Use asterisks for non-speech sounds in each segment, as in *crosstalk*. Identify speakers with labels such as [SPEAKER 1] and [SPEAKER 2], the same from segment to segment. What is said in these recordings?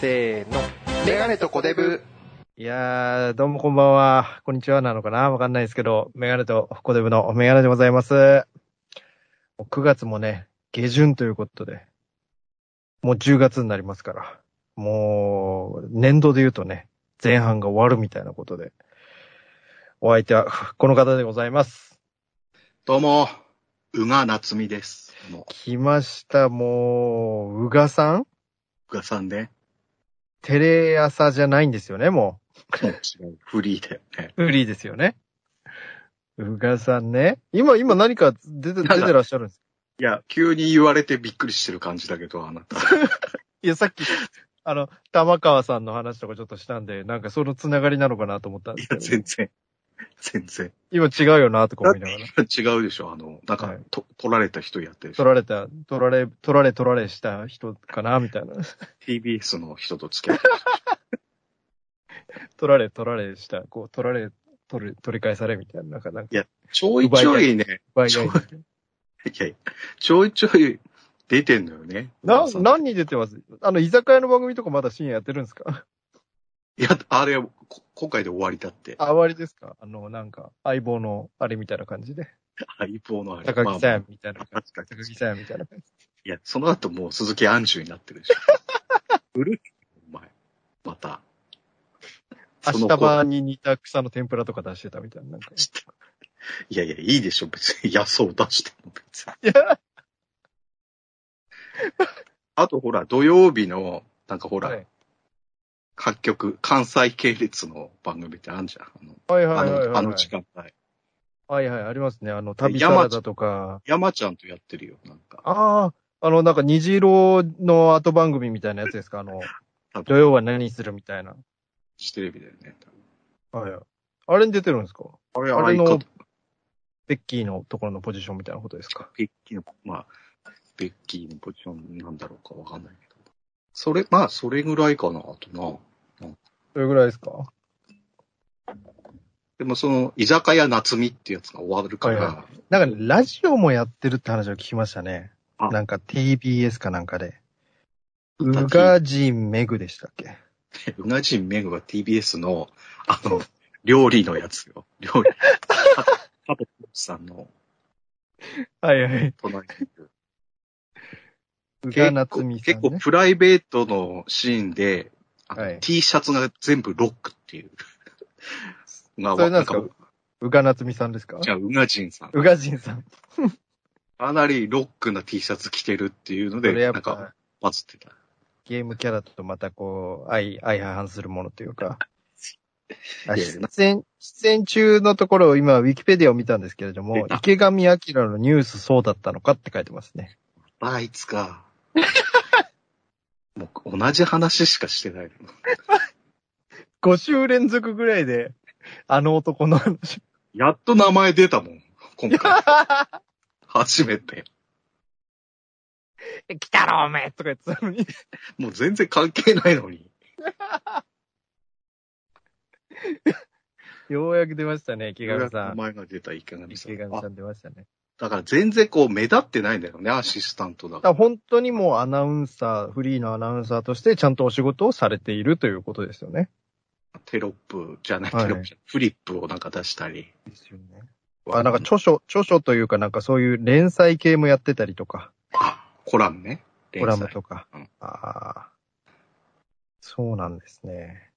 [SPEAKER 1] せーの。
[SPEAKER 2] メガネとコデブ。
[SPEAKER 1] いやー、どうもこんばんは。こんにちはなのかなわかんないですけど、メガネとコデブのメガネでございます。もう9月もね、下旬ということで、もう10月になりますから、もう、年度で言うとね、前半が終わるみたいなことで、お相手は *laughs* この方でございます。
[SPEAKER 2] どうも、うがなつみです。どうも
[SPEAKER 1] 来ました、もう、うがさん
[SPEAKER 2] うがさんね。
[SPEAKER 1] テレ朝じゃないんですよね、もう。
[SPEAKER 2] フリーでね。
[SPEAKER 1] フリーですよね。うがさんね。今、今何か出て、出てらっしゃるんですか
[SPEAKER 2] いや、急に言われてびっくりしてる感じだけど、あなた。
[SPEAKER 1] いや、さっき、あの、玉川さんの話とかちょっとしたんで、なんかそのつながりなのかなと思ったんで
[SPEAKER 2] い
[SPEAKER 1] すけ
[SPEAKER 2] や、
[SPEAKER 1] ど、
[SPEAKER 2] 全然。全然。
[SPEAKER 1] 今違うよな、とか思いながら。
[SPEAKER 2] 違うでしょ、あの、なんか、
[SPEAKER 1] はい
[SPEAKER 2] と取られた人やってるでし
[SPEAKER 1] 取
[SPEAKER 2] ょ。
[SPEAKER 1] られた、取られ、取られ取られした人かな、みたいな。
[SPEAKER 2] TBS の人と付き合ってる
[SPEAKER 1] 取られ取られした、こう、取られ、取る、取り返され、みたいな。なんか、なんか、
[SPEAKER 2] ちょいちょいね、
[SPEAKER 1] 倍
[SPEAKER 2] そう
[SPEAKER 1] 々
[SPEAKER 2] いやいやちょいちょい出てんのよね。う
[SPEAKER 1] な
[SPEAKER 2] が、さん
[SPEAKER 1] 何に出てますあの、居酒屋の番組とかまだ深夜やってるんですか
[SPEAKER 2] いや、あれ、こ今回で終わりだって。
[SPEAKER 1] *laughs* あ、終わりですかあの、なんか、相棒の、あれみたいな感じで。
[SPEAKER 2] 相棒のあれ。
[SPEAKER 1] 高木さんみたいな
[SPEAKER 2] まあまあ
[SPEAKER 1] 感じ。
[SPEAKER 2] 確か
[SPEAKER 1] 高
[SPEAKER 2] に
[SPEAKER 1] 木。さんみたいな感じ。
[SPEAKER 2] いや、その後もう鈴木安住になってる
[SPEAKER 1] *laughs*
[SPEAKER 2] でしょ。古いお前。また。そ
[SPEAKER 1] 明
[SPEAKER 2] の
[SPEAKER 1] 日
[SPEAKER 2] 子
[SPEAKER 1] 場に似た草の天ぷらとか出してたみたいな。なんか
[SPEAKER 2] いやいや、いいでしょ、別に。 *laughs* 野草を出しても別に。
[SPEAKER 1] いや、
[SPEAKER 2] あとほら、土曜日の、なんかほら、
[SPEAKER 1] はい
[SPEAKER 2] 各局、関西系列の番組ってあるじゃん。あの、
[SPEAKER 1] はいは
[SPEAKER 2] あ
[SPEAKER 1] いはい
[SPEAKER 2] の
[SPEAKER 1] は
[SPEAKER 2] あ
[SPEAKER 1] い、
[SPEAKER 2] の
[SPEAKER 1] はい
[SPEAKER 2] 時。間帯。
[SPEAKER 1] はいはい、ありますね。あの、旅サラダとか。
[SPEAKER 2] 山ちゃんとやってるよ、なんか。
[SPEAKER 1] ああ、あの、なんか虹色の後番組みたいなやつですかあの、
[SPEAKER 2] 多
[SPEAKER 1] 土
[SPEAKER 2] 分、
[SPEAKER 1] 曜は何するみたいな。
[SPEAKER 2] テレビだよね。
[SPEAKER 1] はい。あれに出てるんですか
[SPEAKER 2] あれ、
[SPEAKER 1] あ
[SPEAKER 2] あ
[SPEAKER 1] れ
[SPEAKER 2] れ
[SPEAKER 1] の
[SPEAKER 2] の、
[SPEAKER 1] ベッキーのところのポジションみたいなことですか
[SPEAKER 2] ベッキーの、まあ、ベッキーのポジションなんだろうかわかんないけど。それ、まあ、それぐらいかな、あとな。
[SPEAKER 1] それぐらいですか
[SPEAKER 2] でもその、居酒屋夏みってやつが終わるから、
[SPEAKER 1] はいなんか、ラジオもやってるって話を聞きましたね。
[SPEAKER 2] あ
[SPEAKER 1] なんか TBS かなんかで。う
[SPEAKER 2] た
[SPEAKER 1] がじんめぐでしたっけ
[SPEAKER 2] うなじんめぐは TBS の、あの、料理のやつよ。料理。加藤さんの
[SPEAKER 1] はいはい。
[SPEAKER 2] 隣にいる。
[SPEAKER 1] うがな
[SPEAKER 2] 結
[SPEAKER 1] つ
[SPEAKER 2] 構、
[SPEAKER 1] みさん、ね。
[SPEAKER 2] 結構プライベートのシーンで、あの
[SPEAKER 1] はい
[SPEAKER 2] T シャツが全部ロックっていう。まあ
[SPEAKER 1] それなんですか
[SPEAKER 2] なんか
[SPEAKER 1] うがなつみさんですか
[SPEAKER 2] じゃあ、うなじんさん。
[SPEAKER 1] うがじんさん。
[SPEAKER 2] かなりロックな T シャツ着てるっていうの
[SPEAKER 1] それ
[SPEAKER 2] で、
[SPEAKER 1] や
[SPEAKER 2] な
[SPEAKER 1] っ
[SPEAKER 2] んか、
[SPEAKER 1] ぱ、
[SPEAKER 2] バズってた。
[SPEAKER 1] ゲームキャラとまたこう、相、相反するものというか。あ
[SPEAKER 2] いやいや
[SPEAKER 1] 出演、出演中のところを今、ウィキペディアを見たんですけれども、
[SPEAKER 2] あ
[SPEAKER 1] 池上彰のニュースそうだったのかって書いてますね。
[SPEAKER 2] あいつか。
[SPEAKER 1] *laughs*
[SPEAKER 2] もう、同じ話しかしてない。
[SPEAKER 1] 5週連続ぐらいで、あの男の話。
[SPEAKER 2] やっと名前出たもん。今回。
[SPEAKER 1] *laughs*
[SPEAKER 2] 初めて。
[SPEAKER 1] 来たろ、おめえとか言ってたのに。
[SPEAKER 2] もう全然関係ないのに。
[SPEAKER 1] *laughs* ようやく出ましたね、池上さ
[SPEAKER 2] お
[SPEAKER 1] ん。
[SPEAKER 2] 前が出た池上さ
[SPEAKER 1] 池
[SPEAKER 2] ん。
[SPEAKER 1] 上さ
[SPEAKER 2] あ
[SPEAKER 1] ん出ましたね。
[SPEAKER 2] だから全然こう目立ってないんだよね、アシスタントだ
[SPEAKER 1] だ
[SPEAKER 2] か。
[SPEAKER 1] からら本当にもうアナウンサー、フリーのアナウンサーとしてちゃんとお仕事をされているということですよね。
[SPEAKER 2] テロップじゃない、テ
[SPEAKER 1] はい
[SPEAKER 2] ロップじゃない、フリップをなんか出したり。
[SPEAKER 1] ですよね。あ、なんか著書、著書というかなんかそういう連載系もやってたりとか、
[SPEAKER 2] あコラムね。
[SPEAKER 1] コラム
[SPEAKER 2] 連
[SPEAKER 1] とか。
[SPEAKER 2] うん
[SPEAKER 1] ああ。そうなんですね。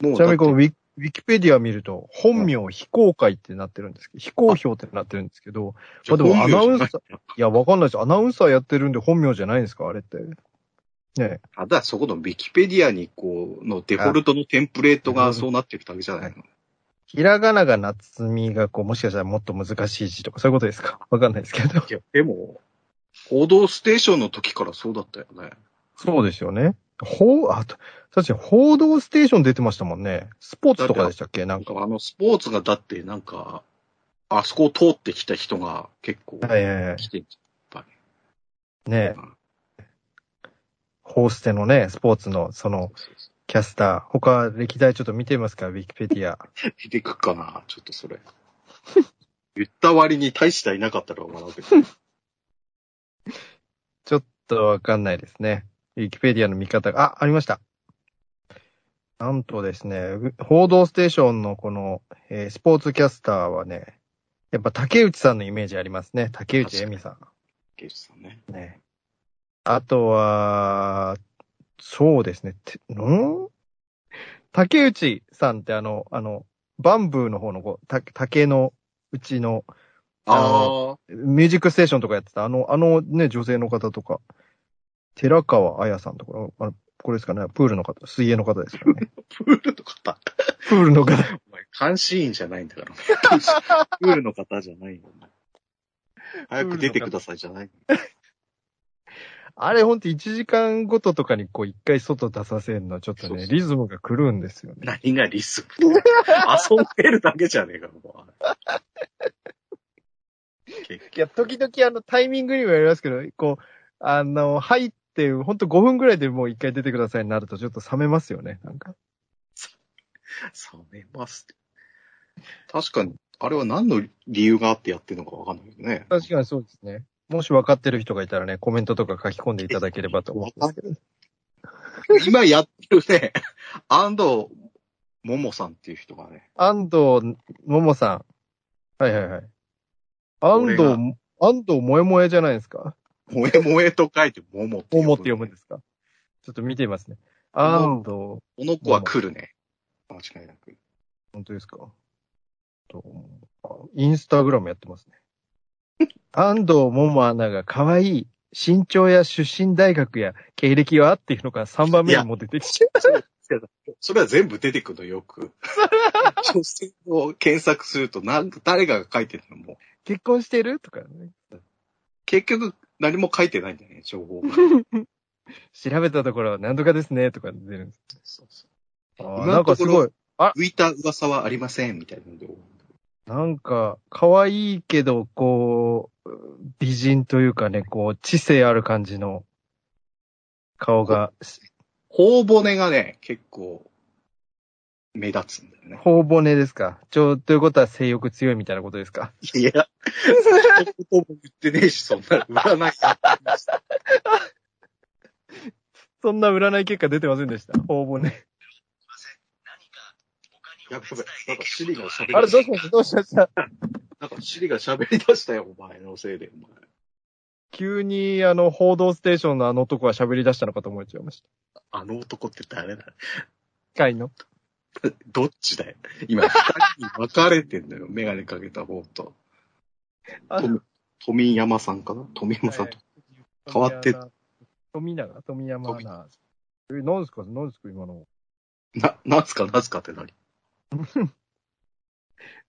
[SPEAKER 2] 載もう
[SPEAKER 1] ちなみにこの
[SPEAKER 2] だ
[SPEAKER 1] ウ
[SPEAKER 2] っ
[SPEAKER 1] ィウィキペディア見ると、本名非公開ってなってるんですけど、非公表ってなってるんですけど、
[SPEAKER 2] て
[SPEAKER 1] まあでも
[SPEAKER 2] 本名
[SPEAKER 1] ア
[SPEAKER 2] じ
[SPEAKER 1] ナ
[SPEAKER 2] ゃ
[SPEAKER 1] ウ
[SPEAKER 2] ない
[SPEAKER 1] ンサー、いや、わかんないです。アナウンサーやってるんで本名じゃないんですかあれって。ねえ
[SPEAKER 2] あだからそこのウィキペディアにこう、のデフォルトのテンプレートがそうなってるだけじゃないの。
[SPEAKER 1] ひらがなが夏みがこう、もしかしたらもっと難しい字とか、そういうことですか *laughs* わかんないですけど。
[SPEAKER 2] いや、でも、報道ステーションの時からそうだったよね。
[SPEAKER 1] そうですよね。報、あと、確かに報道ステーション出てましたもんね。スポーツとかでしたっけな
[SPEAKER 2] なんん
[SPEAKER 1] か。
[SPEAKER 2] かあのスポーツがだってなんか、あそこを通ってきた人が結構
[SPEAKER 1] はいはいはい。
[SPEAKER 2] 来てんじゃ
[SPEAKER 1] ね
[SPEAKER 2] ん。
[SPEAKER 1] ホーステのね、スポーツの、その、
[SPEAKER 2] そうそう
[SPEAKER 1] キャスター。他、歴代ちょっと見てみますかウィキペディア。
[SPEAKER 2] 出てくっかな、ちょっとそれ。言った割に大したいなかったら笑うけど。
[SPEAKER 1] ちょっとわかんないですね。ウィキペディアの見方が、あ、ありました。なんとですね、う報道ステーションのこの、えースポーツキャスターはね、やっぱ竹内さんのイメージありますね。竹内恵美さ
[SPEAKER 2] ゲイさんね。
[SPEAKER 1] ん。ね。あとは、そうですね。てん竹内さんってあの、あの、バンブーの方のこうた竹のうちの
[SPEAKER 2] ああ、
[SPEAKER 1] ミュージックステーションとかやってた、あの、あのね、女性の方とか、寺川彩さんとか、あのこれですかね、プールの方、水泳の方ですかね。
[SPEAKER 2] プールの方。
[SPEAKER 1] *laughs* プールの方。
[SPEAKER 2] お前、監視員じゃないんだから。 *laughs* プールの方じゃないよ。 *laughs* 早く出てくださいじゃない。
[SPEAKER 1] あれほんと1時間ごととかにこう一回外出させるのはちょっと
[SPEAKER 2] そう
[SPEAKER 1] ね、
[SPEAKER 2] そう
[SPEAKER 1] リズムが狂うんですよね。
[SPEAKER 2] 何がリスクだよ遊んでるだけじゃねえか、もう。結
[SPEAKER 1] いや、時々あのタイミングにもやりますけど、こう、あの、入って、ほんと5分ぐらいでもう一回出てくださいになるとちょっと冷めますよね、なんか。
[SPEAKER 2] 構、冷めますって。確かに、あれは何の理由があってやってるのかわかんないけどね。
[SPEAKER 1] 確かにそうですね。もし分かってる人がいたらね、コメントとか書き込んでいただければと思うんですけど。
[SPEAKER 2] 今やってるね、安藤ももさんっていう人がね、
[SPEAKER 1] 安藤ももさん。はいはいはい。安
[SPEAKER 2] 俺
[SPEAKER 1] 藤
[SPEAKER 2] が、
[SPEAKER 1] 安藤萌え萌えじゃないですか。
[SPEAKER 2] 萌え萌えと書いてももって。
[SPEAKER 1] ももって読むんですすか。ちょっと見てみますね。安藤、
[SPEAKER 2] この子は来るね。間違いなく。
[SPEAKER 1] 本当ですか。とあインスタグラムやってますね。
[SPEAKER 2] *laughs*
[SPEAKER 1] 安藤ももアナが可愛い身長や出身大学や経歴はっていうのが3番目にも出てきて。
[SPEAKER 2] それは全部出てくるのよ
[SPEAKER 1] *laughs*
[SPEAKER 2] く。女性を検索すると、なん誰が書いてるのも、
[SPEAKER 1] 結婚してるとかね。
[SPEAKER 2] 結局何も書いてないんだよね、情
[SPEAKER 1] *laughs*
[SPEAKER 2] 報が。
[SPEAKER 1] 調べたところは何とかですね、とか出るんです。
[SPEAKER 2] そうそう
[SPEAKER 1] あ
[SPEAKER 2] 今のとこ
[SPEAKER 1] ー
[SPEAKER 2] ろ
[SPEAKER 1] なんかすごい。
[SPEAKER 2] 浮いた噂はありません、みたいなので。
[SPEAKER 1] なんか、可愛いけど、こう、美人というかね、こう、知性ある感じの顔が、
[SPEAKER 2] 頬骨がね、結構、目立つんだよね。
[SPEAKER 1] 頬骨ですか。ちょ、ということは性欲強いみたいなことですか。
[SPEAKER 2] いや、そんなことも言ってねえし、そんな占いやってました。
[SPEAKER 1] そんな占い結果出てませんでした。頬骨。
[SPEAKER 2] やべやべ、なんかシリが喋り
[SPEAKER 1] *laughs* あれ、
[SPEAKER 2] 出
[SPEAKER 1] どう
[SPEAKER 2] し
[SPEAKER 1] しましたどうしました
[SPEAKER 2] た。なんかシリが喋り出したよ、お前のせいで、お前。
[SPEAKER 1] 急に、あの、報道ステーションのあの男が喋り出したのかと思っちゃいまし
[SPEAKER 2] あの男って誰だ
[SPEAKER 1] た。かいの。
[SPEAKER 2] *laughs* どっちだよ。今、二人に分かれてんだよ。メガネかけた方と。
[SPEAKER 1] あ
[SPEAKER 2] 富富山さんかな富山さんと。変わって
[SPEAKER 1] 富永、富山アナ。え、何ですか何ですか今の。
[SPEAKER 2] な、なんすか、なんすかって何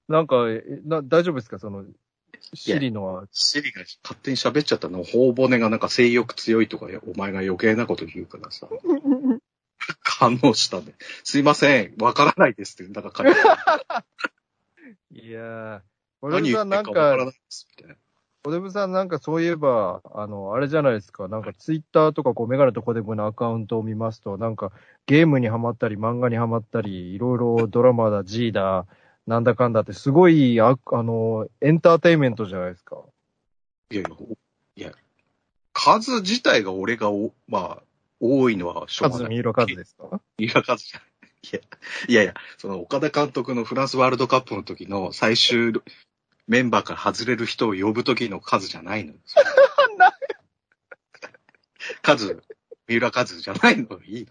[SPEAKER 1] なんか、えな、大丈夫ですかその、シリのは
[SPEAKER 2] シリが勝手に喋っちゃったの。頬骨がなんか性欲強いとか、お前が余計なこと言うからさ。反応したんで。すいません、分からないですって。なんか書いてある
[SPEAKER 1] いやー、小出
[SPEAKER 2] 何
[SPEAKER 1] 部
[SPEAKER 2] 言
[SPEAKER 1] さ
[SPEAKER 2] っ
[SPEAKER 1] ん
[SPEAKER 2] て
[SPEAKER 1] な
[SPEAKER 2] る
[SPEAKER 1] ん
[SPEAKER 2] か分から
[SPEAKER 1] か
[SPEAKER 2] な、いです。みたいな。
[SPEAKER 1] 小出部さんなんかそういえば、あの、あれじゃないですか、なんかツイッターとかこうメガネとコデブのアカウントを見ますと、なんかゲームにハマったり漫画にハマったり、いろいろドラマだ、G だ、なんだかんだってすごい、ああの、エンターテインメントじゃないですか。
[SPEAKER 2] いやいや、おいや、数自体が俺がお、まあ、多いのはしょうが
[SPEAKER 1] カズ、
[SPEAKER 2] ない。
[SPEAKER 1] 三浦カズですか
[SPEAKER 2] 三浦和じゃない。いや、いやいや、その岡田監督のフランスワールドカップの時の最終メンバーから外れる人を呼ぶ時の数じゃ *laughs* ないの。数、三浦和じゃないの。いい。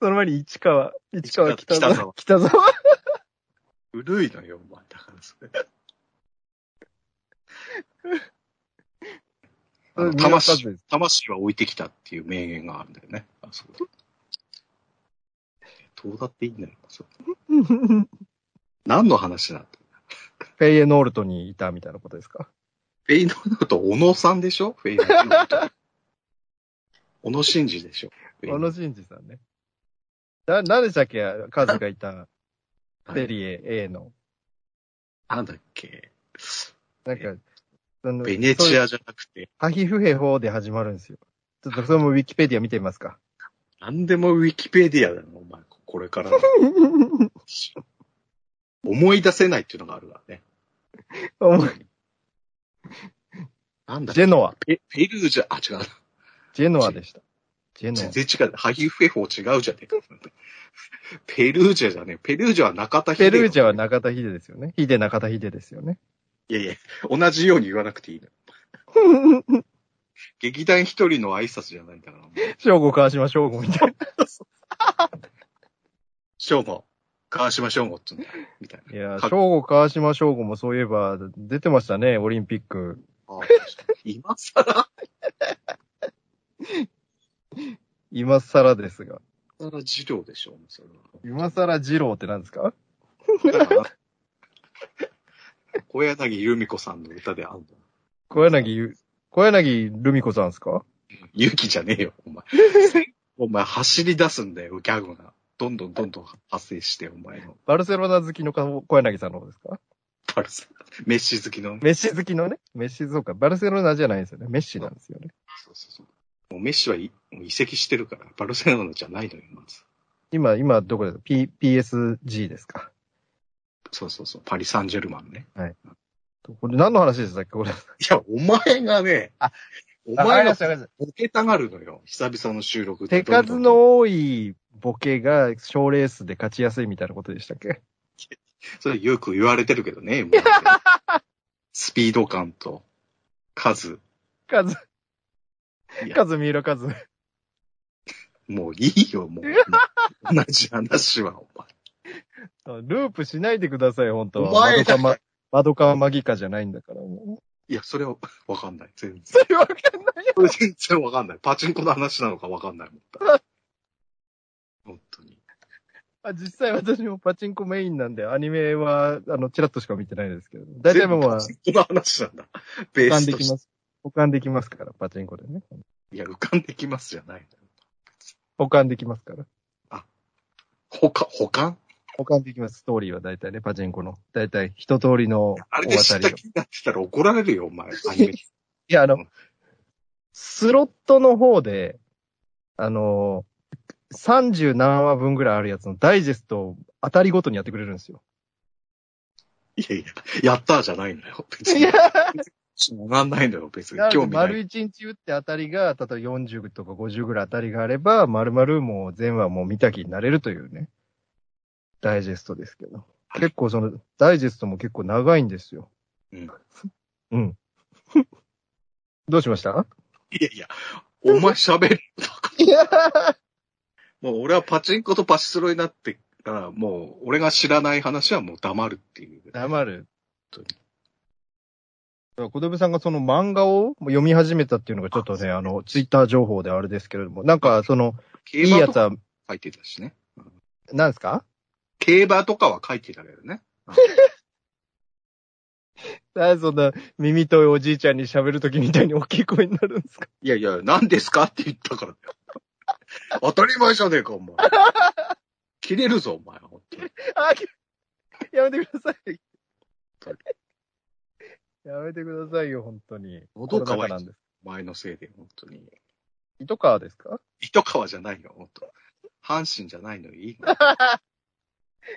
[SPEAKER 1] その前に市川、市川
[SPEAKER 2] 川
[SPEAKER 1] 北沢、
[SPEAKER 2] 北沢
[SPEAKER 1] 北沢。
[SPEAKER 2] 古いのよ、お前。だからそれ。あの
[SPEAKER 1] 三浦カズ
[SPEAKER 2] 魂
[SPEAKER 1] です、
[SPEAKER 2] 魂は置いてきたっていう名言があるんだよね。あ、そうだ。どうだっていいんだよ。そう何の話なんだ
[SPEAKER 1] フェイエノールトにいたみたいなことですか
[SPEAKER 2] フェイノート、小野さんでしょフェイノート。小野真二でしょフェイ
[SPEAKER 1] 小
[SPEAKER 2] ノー
[SPEAKER 1] 野
[SPEAKER 2] ト
[SPEAKER 1] 伸二さんね。な、何でしたっけカズが
[SPEAKER 2] *laughs*
[SPEAKER 1] いた、セリエ A の。
[SPEAKER 2] なんだっけ
[SPEAKER 1] なんか、その、
[SPEAKER 2] ベネ
[SPEAKER 1] そう
[SPEAKER 2] チ
[SPEAKER 1] いう
[SPEAKER 2] アじゃなくて、
[SPEAKER 1] ハヒフヘホで始まるんですよ。ちょっとそれもウィキペディア見てみま
[SPEAKER 2] *laughs*
[SPEAKER 1] すか。
[SPEAKER 2] なんでもウィキペディアだな、お前。これからの。思い出せないっていうのがあるからね。なんだっ
[SPEAKER 1] ジ
[SPEAKER 2] け
[SPEAKER 1] ェノア。
[SPEAKER 2] ペペルージャ、あ、違う。
[SPEAKER 1] ジェノアでした。ジェ
[SPEAKER 2] 全
[SPEAKER 1] ノ。
[SPEAKER 2] 然違う。ハギフェ法違うじゃねえか。ペルージャじゃねえ。ペルージャは中田秀
[SPEAKER 1] ペルージャは
[SPEAKER 2] な。
[SPEAKER 1] 中田秀ですよね。秀中田秀です
[SPEAKER 2] *laughs*
[SPEAKER 1] よね。
[SPEAKER 2] いやいや、同じように言わなくていいの。劇団一人の挨拶じゃないんだから。
[SPEAKER 1] 正吾川島正吾
[SPEAKER 2] *laughs*
[SPEAKER 1] みたい
[SPEAKER 2] 正吾、川島正吾っつうんだ。みたいな。
[SPEAKER 1] な。いや、
[SPEAKER 2] か
[SPEAKER 1] 正吾川島正吾もそういえば出てましたね、オリンピック。
[SPEAKER 2] あ今更
[SPEAKER 1] 今更ですが。
[SPEAKER 2] 今更授業でしょ、それは
[SPEAKER 1] 今更二郎って何ですか
[SPEAKER 2] だから小柳ルミ子さんの歌であんの。
[SPEAKER 1] 小柳ゆ、小柳ルミ子さんですか
[SPEAKER 2] 勇気じゃねえよ、お前。お前走り出すんだよ、ギャグが。どんどんどんどん発生して、お前の。
[SPEAKER 1] バルセロナ好きの顔小柳さんの方ですか
[SPEAKER 2] パルス。メッシ好きの。
[SPEAKER 1] メッシ好きのね。メッシそうか。バルセロナじゃないですよね。メッシなんですよね。
[SPEAKER 2] そうそうそう。もうメッシはいもう移籍してるから、バルセロナじゃないのよ、まず。
[SPEAKER 1] 今、今どこですか ?P、PSG ですか
[SPEAKER 2] そうそうそう。パリ・サンジェルマンね。
[SPEAKER 1] これ何の話でしたっけこれ。
[SPEAKER 2] いや、お前がね、
[SPEAKER 1] あ
[SPEAKER 2] お前が
[SPEAKER 1] した、わかりました。
[SPEAKER 2] ボケたがるのよ、久々の収録で
[SPEAKER 1] 手数
[SPEAKER 2] どんどんどん
[SPEAKER 1] の多いボケが賞レースで勝ちやすいみたいなことでしたっけ
[SPEAKER 2] それよく言われてるけどね、
[SPEAKER 1] *laughs*
[SPEAKER 2] 今スピード感と、数。
[SPEAKER 1] カズ
[SPEAKER 2] い、や
[SPEAKER 1] カズ、三浦カズ。
[SPEAKER 2] もういいよ、もう。同じ話は、お
[SPEAKER 1] ループしないでください、本当は。
[SPEAKER 2] お前
[SPEAKER 1] 窓かま、窓かマギカじゃないんだから、もう。
[SPEAKER 2] いや、それはわかんない。全然。
[SPEAKER 1] それわかんない。
[SPEAKER 2] それ全然わかんない。パチンコの話なのかわかん
[SPEAKER 1] *laughs*
[SPEAKER 2] ないもん。本当に。
[SPEAKER 1] あ実際私もパチンコメインなんで、アニメは、あの、チラッとしか見てないですけど。大体もう、
[SPEAKER 2] 全部
[SPEAKER 1] 保
[SPEAKER 2] パチンコの話なんだ。ベー
[SPEAKER 1] 管
[SPEAKER 2] ス
[SPEAKER 1] で
[SPEAKER 2] と
[SPEAKER 1] き
[SPEAKER 2] して。
[SPEAKER 1] ます。保管できますから、パチンコでね。
[SPEAKER 2] いや、浮かんできますじゃない。
[SPEAKER 1] 保管できますから。
[SPEAKER 2] ほか、保管
[SPEAKER 1] 保管できます。ストーリーは大体ね、パチンコの。大体、一通りの
[SPEAKER 2] あれ
[SPEAKER 1] 大
[SPEAKER 2] で知
[SPEAKER 1] 当
[SPEAKER 2] ったた
[SPEAKER 1] りを。い
[SPEAKER 2] 気になってたら怒られるよ、お
[SPEAKER 1] *laughs*
[SPEAKER 2] 前。アニメ。
[SPEAKER 1] や、あの
[SPEAKER 2] うん、
[SPEAKER 1] スロットの方で、あの、30何話分ぐらいあるやつのダイジェストを当たりごとにやってくれるんですよ。
[SPEAKER 2] いやいや、やったーじゃないのよ。別に。学んないのよ、別に
[SPEAKER 1] な。の
[SPEAKER 2] 興
[SPEAKER 1] で、
[SPEAKER 2] 味な
[SPEAKER 1] 丸
[SPEAKER 2] い。
[SPEAKER 1] 一日打って当たりが、例えば40とか50ぐらい当たりがあれば、丸々もう全話もう見た気になれるというね、ダイジェストですけど。結構その、ダイジェストも結構長いんですよ。
[SPEAKER 2] うん。
[SPEAKER 1] *laughs* うん。 *laughs* どうしました
[SPEAKER 2] いやいや、お前喋る。
[SPEAKER 1] いや
[SPEAKER 2] もう俺はパチンコとパチスロになってから、もう俺が知らない話はもう黙るっていう。
[SPEAKER 1] 黙る。
[SPEAKER 2] 本
[SPEAKER 1] 小出さんがその漫画を読み始めたっていうのがちょっとね、あの、ツイッター情報であれですけれども、なんかその、いい
[SPEAKER 2] 競馬
[SPEAKER 1] や
[SPEAKER 2] と
[SPEAKER 1] つ
[SPEAKER 2] か
[SPEAKER 1] は、
[SPEAKER 2] 書いてたしね。
[SPEAKER 1] なんですか
[SPEAKER 2] 競馬とかは書いてたけどね。
[SPEAKER 1] なんでそんな耳遠いおじいちゃんに喋るときみたいに大きい声になるんですか *laughs*
[SPEAKER 2] いやいや、何ですかって言ったからだよ。当たり前じゃねえか、お前。切れるぞ、お前。本当に
[SPEAKER 1] あ、きやめてください。やめてくださいよ、本当に。
[SPEAKER 2] 喉乾いて
[SPEAKER 1] コロナ禍なんです。
[SPEAKER 2] お前のせいで、本当に。
[SPEAKER 1] 糸川ですか
[SPEAKER 2] 糸川じゃないよ、本当。阪神じゃないのよいい
[SPEAKER 1] *laughs*
[SPEAKER 2] の。だか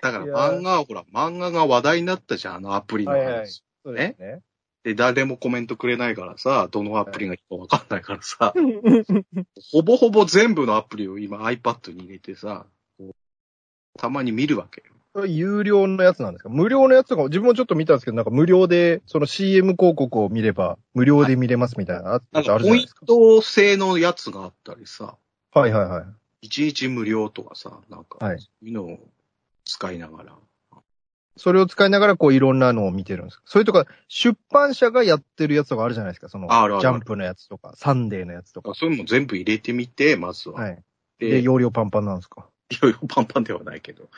[SPEAKER 2] ら
[SPEAKER 1] いやー
[SPEAKER 2] 漫画はほら、漫画が話題になったじゃん、あのアプリの話。
[SPEAKER 1] はいはいそうですね。
[SPEAKER 2] で、誰もコメントくれないからさ、どのアプリがいいかわかんないからさ、
[SPEAKER 1] うん
[SPEAKER 2] ほぼほぼ全部のアプリを今 iPad に入れてさ、こうたまに見るわけよ。
[SPEAKER 1] それ有料のやつなんですか無料のやつとかも、自分もちょっと見たんですけど、なんか無料で、その CM 広告を見れば、無料で見れますみたいな、あ
[SPEAKER 2] な
[SPEAKER 1] あ
[SPEAKER 2] ん
[SPEAKER 1] と
[SPEAKER 2] か
[SPEAKER 1] あるじ
[SPEAKER 2] ポ
[SPEAKER 1] ゃない
[SPEAKER 2] イン
[SPEAKER 1] ですか。
[SPEAKER 2] ト制のやつがあったりさ、
[SPEAKER 1] はいはいはい。
[SPEAKER 2] 1日無料とかさ、なんか、
[SPEAKER 1] はい
[SPEAKER 2] そういうのを使いながら。
[SPEAKER 1] それを使いながら、こう、いろんなのを見てるんです。それとか、出版社がやってるやつとかあるじゃないですか。その、ジ
[SPEAKER 2] ああるある
[SPEAKER 1] ャンプのやつとか、サンデーのやつとか。
[SPEAKER 2] そういうのも全部入れてみて、まずは。
[SPEAKER 1] はい。
[SPEAKER 2] で、
[SPEAKER 1] で、
[SPEAKER 2] いろ
[SPEAKER 1] 容量パンパンなんですか。
[SPEAKER 2] いろパンパンではない
[SPEAKER 1] *laughs*
[SPEAKER 2] けど。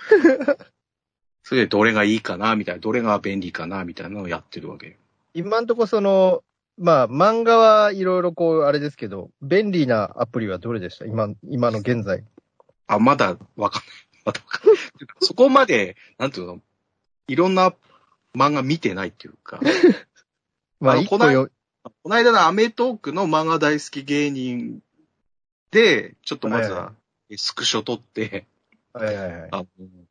[SPEAKER 2] それでどれがいいかな、みたいな、どれが便利かな、みたいなのをやってるわけよ。
[SPEAKER 1] 今んとこその、まあ、漫画はいろいろこう、あれですけど、便利なアプリはどれでした今、今の現在。
[SPEAKER 2] あ、まだわかんない。まだわかんない。そこまで、なんていうの、いろんな漫画見てないっていうか、
[SPEAKER 1] まあ、
[SPEAKER 2] あの
[SPEAKER 1] 一個
[SPEAKER 2] こない
[SPEAKER 1] よ、
[SPEAKER 2] この間のアメトークの漫画大好き芸人で、ちょっとまず
[SPEAKER 1] はい
[SPEAKER 2] はスクショ撮って、
[SPEAKER 1] はいはいはい。
[SPEAKER 2] あの、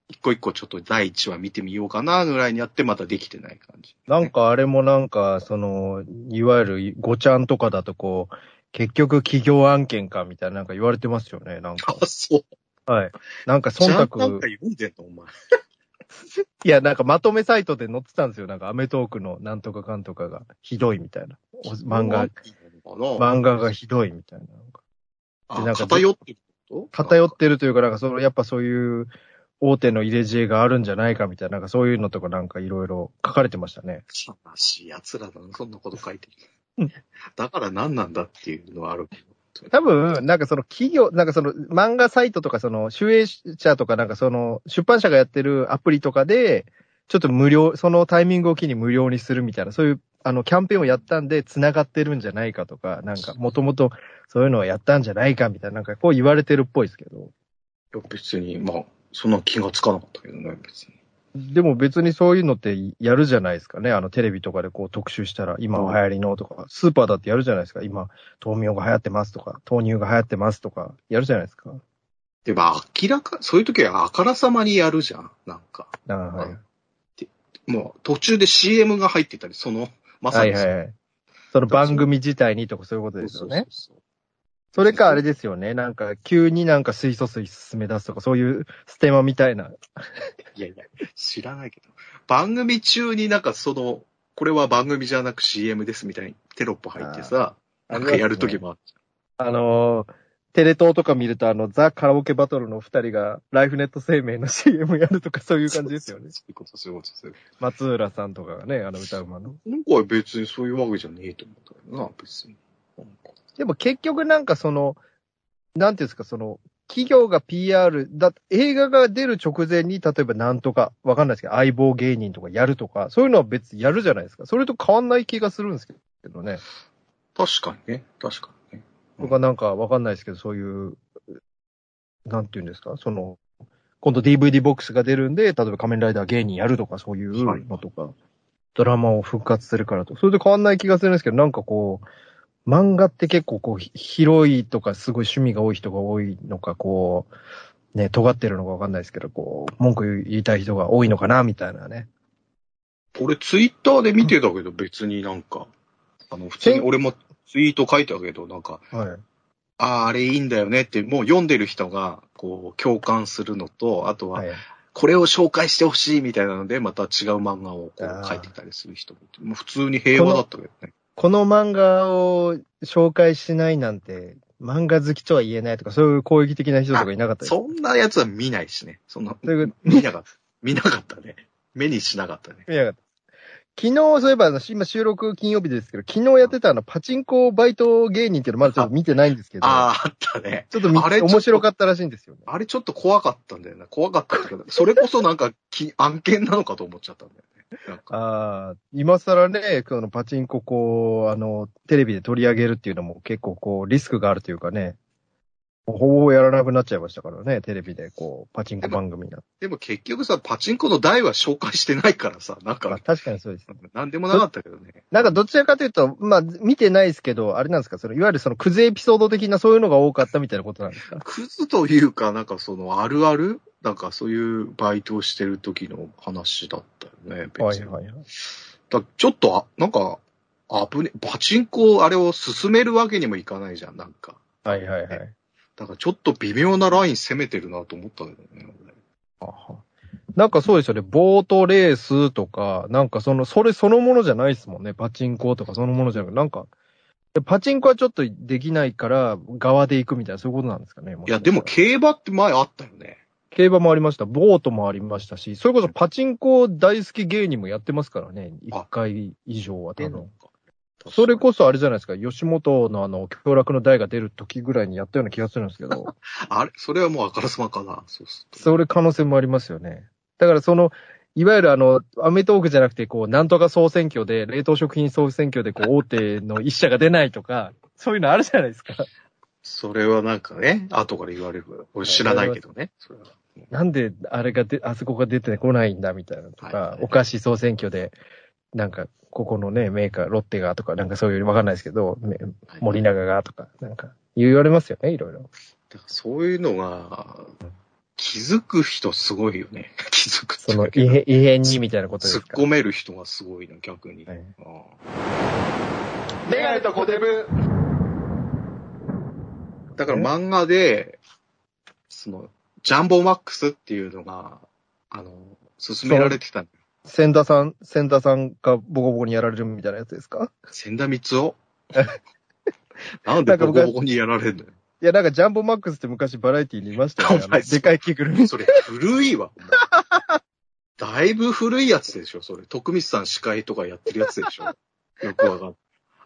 [SPEAKER 2] 一個一個ちょっと第一話見てみようかなぐらいにやってまたできて
[SPEAKER 1] *laughs*
[SPEAKER 2] ない感じ。
[SPEAKER 1] なんかあれもなんか、その、いわゆるごちゃんとかだとこう、結局企業案件かみたいななんか言われてますよね。なんか、
[SPEAKER 2] あ、そう。
[SPEAKER 1] なんか
[SPEAKER 2] じゃあ、な
[SPEAKER 1] 忖
[SPEAKER 2] んか
[SPEAKER 1] 度。
[SPEAKER 2] 読んでんのお前。
[SPEAKER 1] いや、なんかまとめサイトで載ってたんですよ。なんかアメトークのなんとかかんとかがひどいみたいな。お漫画、
[SPEAKER 2] 漫
[SPEAKER 1] 漫画がひどいみたいな。でなんか
[SPEAKER 2] 偏ってること
[SPEAKER 1] 偏ってるというか、なんかその、やっぱそういう大手の入れ知恵があるんじゃないかみたいな、なんかそういうのとかなんかいろいろ書かれてましたね。
[SPEAKER 2] 悲しい奴らだな、そんなこと書いて
[SPEAKER 1] う
[SPEAKER 2] る。 *laughs* だから何なんだっていうのはあるけど。
[SPEAKER 1] 多分、なんかその企業、なんかその漫画サイトとかその集英社とかなんかその出版社がやってるアプリとかで、ちょっと無料、そのタイミングを機に無料にするみたいな、そういうあのキャンペーンをやったんで繋がってるんじゃないかとか、なんかもともとそういうのをやったんじゃないかみたいな、なんかこう言われてるっぽいですけど。
[SPEAKER 2] いや別に、まあ、そんな気がつかなかったけどね、別に。
[SPEAKER 1] でも別にそういうのってやるじゃないですかね。あのテレビとかでこう特集したら今流行りのとか、スーパーだってやるじゃないですか。今、豆苗が流行ってますとか、豆乳が流行ってますとか、やるじゃないですか。
[SPEAKER 2] でも明らか、そういう時はあからさまにやるじゃん、なんか。
[SPEAKER 1] あはい
[SPEAKER 2] うんもう途中で CM が入ってたり、その、まさ
[SPEAKER 1] はい
[SPEAKER 2] に
[SPEAKER 1] はいはい。その番組自体にとかそういうこと
[SPEAKER 2] そう
[SPEAKER 1] です
[SPEAKER 2] そ
[SPEAKER 1] よ
[SPEAKER 2] う
[SPEAKER 1] ね。
[SPEAKER 2] そう
[SPEAKER 1] それかあれですよね。なんか急になんか水素水進め出すとか、そういうステマみたいな。
[SPEAKER 2] いやいや、知らないけど。番組中になんかその、これは番組じゃなく CM ですみたいにテロップ入ってさ、なんかやる時
[SPEAKER 1] も。
[SPEAKER 2] もある
[SPEAKER 1] あのー、テレ東とか見るとあの、ザ・カラオケバトルの二人がライフネット生命の CM やるとかそういう感じですよね。
[SPEAKER 2] そういうこと、そういうこと、そういうこ
[SPEAKER 1] 松浦さんとかがね、あの歌うまの。
[SPEAKER 2] と。なんか別にそういうわけじゃねえと思ったけどな、別に。なんか
[SPEAKER 1] でも結局なんかその、なんていうんですか、その、企業が PR、だ、映画が出る直前に、例えばなんとか、わかんないですけど、相棒芸人とかやるとか、そういうのは別にやるじゃないですか。それと変わんない気がするんですけどね。
[SPEAKER 2] 確かにね、確かにね。
[SPEAKER 1] 僕はなんかわかんないですけど、そういう、なんていうんですか、その、今度 DVD ボックスが出るんで、例えば仮面ライダー芸人やるとか、そういうのとか、ドラマを復活するからと。それで変わんない気がするんですけど、なんかこう、漫画って結構こう、ひ広いとか、すごい趣味が多い人が多いのか、こう、ね、尖ってるのかわかんないですけど、こう、文句言いたい人が多いのかな、みたいなね。
[SPEAKER 2] 俺ツイッターで見てたけど、別になんか、あの、普通に俺もツイート書いたけど、なんか、
[SPEAKER 1] はい。
[SPEAKER 2] ああ、あれいいんだよねって、もう読んでる人が、こう、共感するのと、あとは
[SPEAKER 1] は、い。
[SPEAKER 2] これを紹介してほしいみたいなので、また違う漫画をこう書いてたりする人もいて、もう普通に平和だったけどね。
[SPEAKER 1] この漫画を紹介しないなんて、漫画好きとは言えないとか、そういう攻撃的な人とかいなかったです
[SPEAKER 2] そんなやつは見ないしね。そんな、
[SPEAKER 1] というこ
[SPEAKER 2] 見なかった。見なかったね。目にしなか
[SPEAKER 1] *laughs*
[SPEAKER 2] ったね。
[SPEAKER 1] と見なかった昨日、そういえばあの、今収録金曜日ですけど、昨日やってたあの、パチンコバイト芸人っていうのまだちょっと見てないんですけど、
[SPEAKER 2] ああ、あったね。
[SPEAKER 1] ちょっと見
[SPEAKER 2] あれちょっと
[SPEAKER 1] 面白かったらしいんですよね。
[SPEAKER 2] あれちょっと怖かったんだよね。怖かったけど、それこそなんかき *laughs* 案件なのかと思っちゃったんだよね。なんか
[SPEAKER 1] ああ、今更ね、このパチンコこう、あの、テレビで取り上げるっていうのも結構こう、リスクがあるというかね、ほぼほぼやらなくなっちゃいましたからね、テレビでこう、パチンコ番組になって。
[SPEAKER 2] でも結局さ、パチンコの台は紹介してないからさ、なん
[SPEAKER 1] まあ
[SPEAKER 2] か、
[SPEAKER 1] 確かにそうですね。
[SPEAKER 2] なんでもなかったけどね。
[SPEAKER 1] なんかどちらかというと、まあ、見てないですけど、あれなんですか、その、いわゆるその、クズエピソード的なそういうのが多かったみたいなことなんですか
[SPEAKER 2] クズというか、なんかそのあるあるなんかそういうバイトをしてる時の話だったよね、
[SPEAKER 1] は
[SPEAKER 2] 別
[SPEAKER 1] い
[SPEAKER 2] に。
[SPEAKER 1] はいはい。
[SPEAKER 2] だちょっとあ、なんか、危ね、パチンコあれを進めるわけにもいかないじゃん、なんか。
[SPEAKER 1] はいはいはい。
[SPEAKER 2] だからちょっと微妙なライン攻めてるなと思ったけどね、俺
[SPEAKER 1] なんかそうですよね。ボートレースとか、なんかその、それそのものじゃないですもんね。パチンコとかそのものじゃなくて、なんか、パチンコはちょっとできないから、側で行くみたいな、そういうことなんですかね。しかし
[SPEAKER 2] い
[SPEAKER 1] たら
[SPEAKER 2] や、でも競馬って前あったよね。
[SPEAKER 1] 競馬もありました。ボートもありましたし、それこそパチンコ大好き芸人もやってますからね。
[SPEAKER 2] あ
[SPEAKER 1] 1回以上は多分。
[SPEAKER 2] か
[SPEAKER 1] それこそあれじゃないですか、吉本のあの、協楽の代が出る時ぐらいにやったような気がするんですけ
[SPEAKER 2] *laughs*
[SPEAKER 1] ど、
[SPEAKER 2] あれ、それはもうあからさまかな、そうすると。
[SPEAKER 1] それ可能性もありますよね。だからその、いわゆるあの、アメトークじゃなくて、こう、なんとか総選挙で、冷凍食品総選挙で、
[SPEAKER 2] *laughs*
[SPEAKER 1] こう、大手の一社が出ないとか、そういうのあるじゃないですか。
[SPEAKER 2] それはなんかね、後から言われるから。俺知らないけどね。それは
[SPEAKER 1] なんで、あれがで、あそこが出てこないんだ、みたいなと
[SPEAKER 2] はいは
[SPEAKER 1] か
[SPEAKER 2] い、
[SPEAKER 1] お菓子総選挙で、なんか、ここのね、メーカー、ロッテがとか、なんかそういう、わかんないですけど、め森永がとか、なんか、言われますよね、いろいろ。
[SPEAKER 2] だからそういうのが、気づく人すごいよね。 *laughs* 気づくって
[SPEAKER 1] そ
[SPEAKER 2] いう
[SPEAKER 1] の、
[SPEAKER 2] か
[SPEAKER 1] 異変異変にみたいなことです
[SPEAKER 2] 突っ
[SPEAKER 1] か。
[SPEAKER 2] 込める人がすごいな、逆に。
[SPEAKER 1] はい
[SPEAKER 2] ああ
[SPEAKER 1] メガネとコテブ。
[SPEAKER 2] だから漫画で、その、ジャンボマックスっていうのが、あの、勧められてきたの。
[SPEAKER 1] 千田さん、千田さんがボコボコにやられるみたいなやつですか
[SPEAKER 2] 千田光
[SPEAKER 1] *laughs*
[SPEAKER 2] 夫なんでボコボコにやられんのよ。
[SPEAKER 1] いや、なんかジャンボマックスって昔バラエティにいましたよね。
[SPEAKER 2] お
[SPEAKER 1] あの
[SPEAKER 2] 前
[SPEAKER 1] でかい着ぐるみ。
[SPEAKER 2] それ古いわ。お前 *laughs* だいぶ古いやつでしょ、それ。徳光さん司会とかやってるやつでしょ。よくわかんない。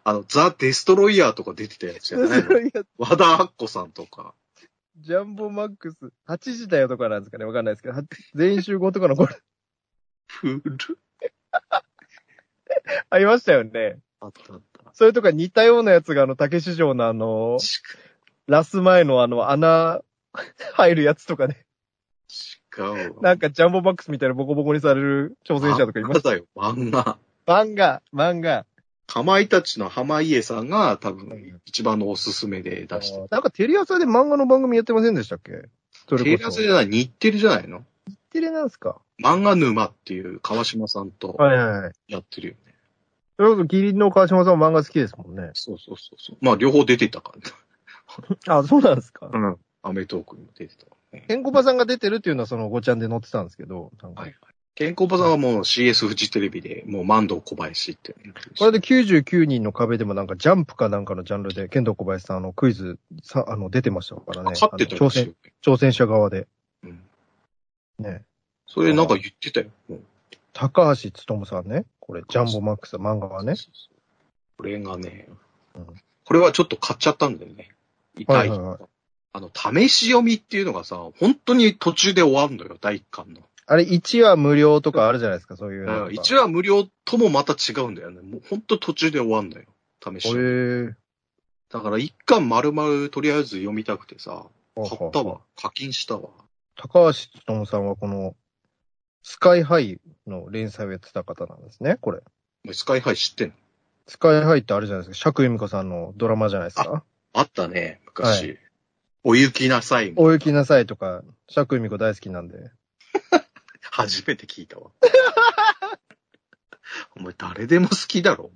[SPEAKER 2] あの、ザ・デストロイヤーとか出てたやつじゃない
[SPEAKER 1] *laughs*
[SPEAKER 2] の
[SPEAKER 1] いや
[SPEAKER 2] 和田アッコさんとか。
[SPEAKER 1] ジャンボマックス、8時だよとかなんですかねわかんないですけど、は全員集合とかの頃、
[SPEAKER 2] 古っ
[SPEAKER 1] ありましたよね。
[SPEAKER 2] あったあった。
[SPEAKER 1] それとか似たようなやつがあの、竹市場のあの、
[SPEAKER 2] し
[SPEAKER 1] ラス前のあの、穴、入るやつとかね。
[SPEAKER 2] 違うわ。
[SPEAKER 1] なんかジャンボマックスみたいなボコボコにされる挑戦者とかいま
[SPEAKER 2] 漫
[SPEAKER 1] し
[SPEAKER 2] 画だよ、漫画。
[SPEAKER 1] た。漫画、漫画。
[SPEAKER 2] かまいたちの濱家さんが多
[SPEAKER 1] うん
[SPEAKER 2] 分一番のおすすめで出して
[SPEAKER 1] なんかテレ朝で漫画の番組やってませんでしたっけそ
[SPEAKER 2] る。テ
[SPEAKER 1] れ
[SPEAKER 2] レ
[SPEAKER 1] こ
[SPEAKER 2] 朝
[SPEAKER 1] そ。
[SPEAKER 2] じゃない、日テレじゃないの
[SPEAKER 1] テレなんすか
[SPEAKER 2] 漫画沼っていう川島さんと
[SPEAKER 1] はいはいはい。
[SPEAKER 2] やってるよね。
[SPEAKER 1] それこそ義理の川島さんも漫画好きですもんね。
[SPEAKER 2] そうそうそうそう。まあ両方出てたからね。
[SPEAKER 1] あ、そうなんですか。
[SPEAKER 2] うん。アメトークにも出てた。
[SPEAKER 1] ケンコバさんが出てるっていうのはそのごちゃんで載ってたんですけど、なんか
[SPEAKER 2] はい健康バさんはもう CS フジテレビで、もう万堂小林っていうのやってるし
[SPEAKER 1] これで99人の壁でもなんかジャンプかなんかのジャンルで、剣道小林さんあのクイズさ、あの出てましたからね。
[SPEAKER 2] 勝ってた
[SPEAKER 1] あの挑
[SPEAKER 2] らしいよ
[SPEAKER 1] 戦、
[SPEAKER 2] ね。
[SPEAKER 1] 挑戦者側で。
[SPEAKER 2] うん。
[SPEAKER 1] ね。
[SPEAKER 2] それなんか言ってたよ。もう
[SPEAKER 1] 高橋つとむさんね。これ、ジャンボマックス、漫画はね。
[SPEAKER 2] そうそうこれがね、
[SPEAKER 1] うん
[SPEAKER 2] これはちょっと買っちゃったんだよね。痛い。
[SPEAKER 1] はいはいはい
[SPEAKER 2] あの、試し読みっていうのがさ、本当に途中で終わるのよ、第一巻の。
[SPEAKER 1] あれ、1話無料とかあるじゃないですか、そういうのが。
[SPEAKER 2] 一話無料ともまた違うんだよね。もう本当途中で終わるのよ、試し
[SPEAKER 1] へ
[SPEAKER 2] 読み。
[SPEAKER 1] ぇ
[SPEAKER 2] だから一巻丸々とりあえず読みたくてさ、買
[SPEAKER 1] ー。
[SPEAKER 2] ったわ。課金したわ。
[SPEAKER 1] 高橋つとむさんはこの、スカイハイの連載をやってた方なんですね、これ。
[SPEAKER 2] お前スカイハイ知ってんの
[SPEAKER 1] スカイハイってあるじゃないですか。釈由美子さんのドラマじゃないですか。
[SPEAKER 2] あったね、昔。お行きなさいも。
[SPEAKER 1] お行きなさいとか、釈由美子大好きなんで。
[SPEAKER 2] 初めて聞いたわ。 *laughs* お前誰でも好きだろ。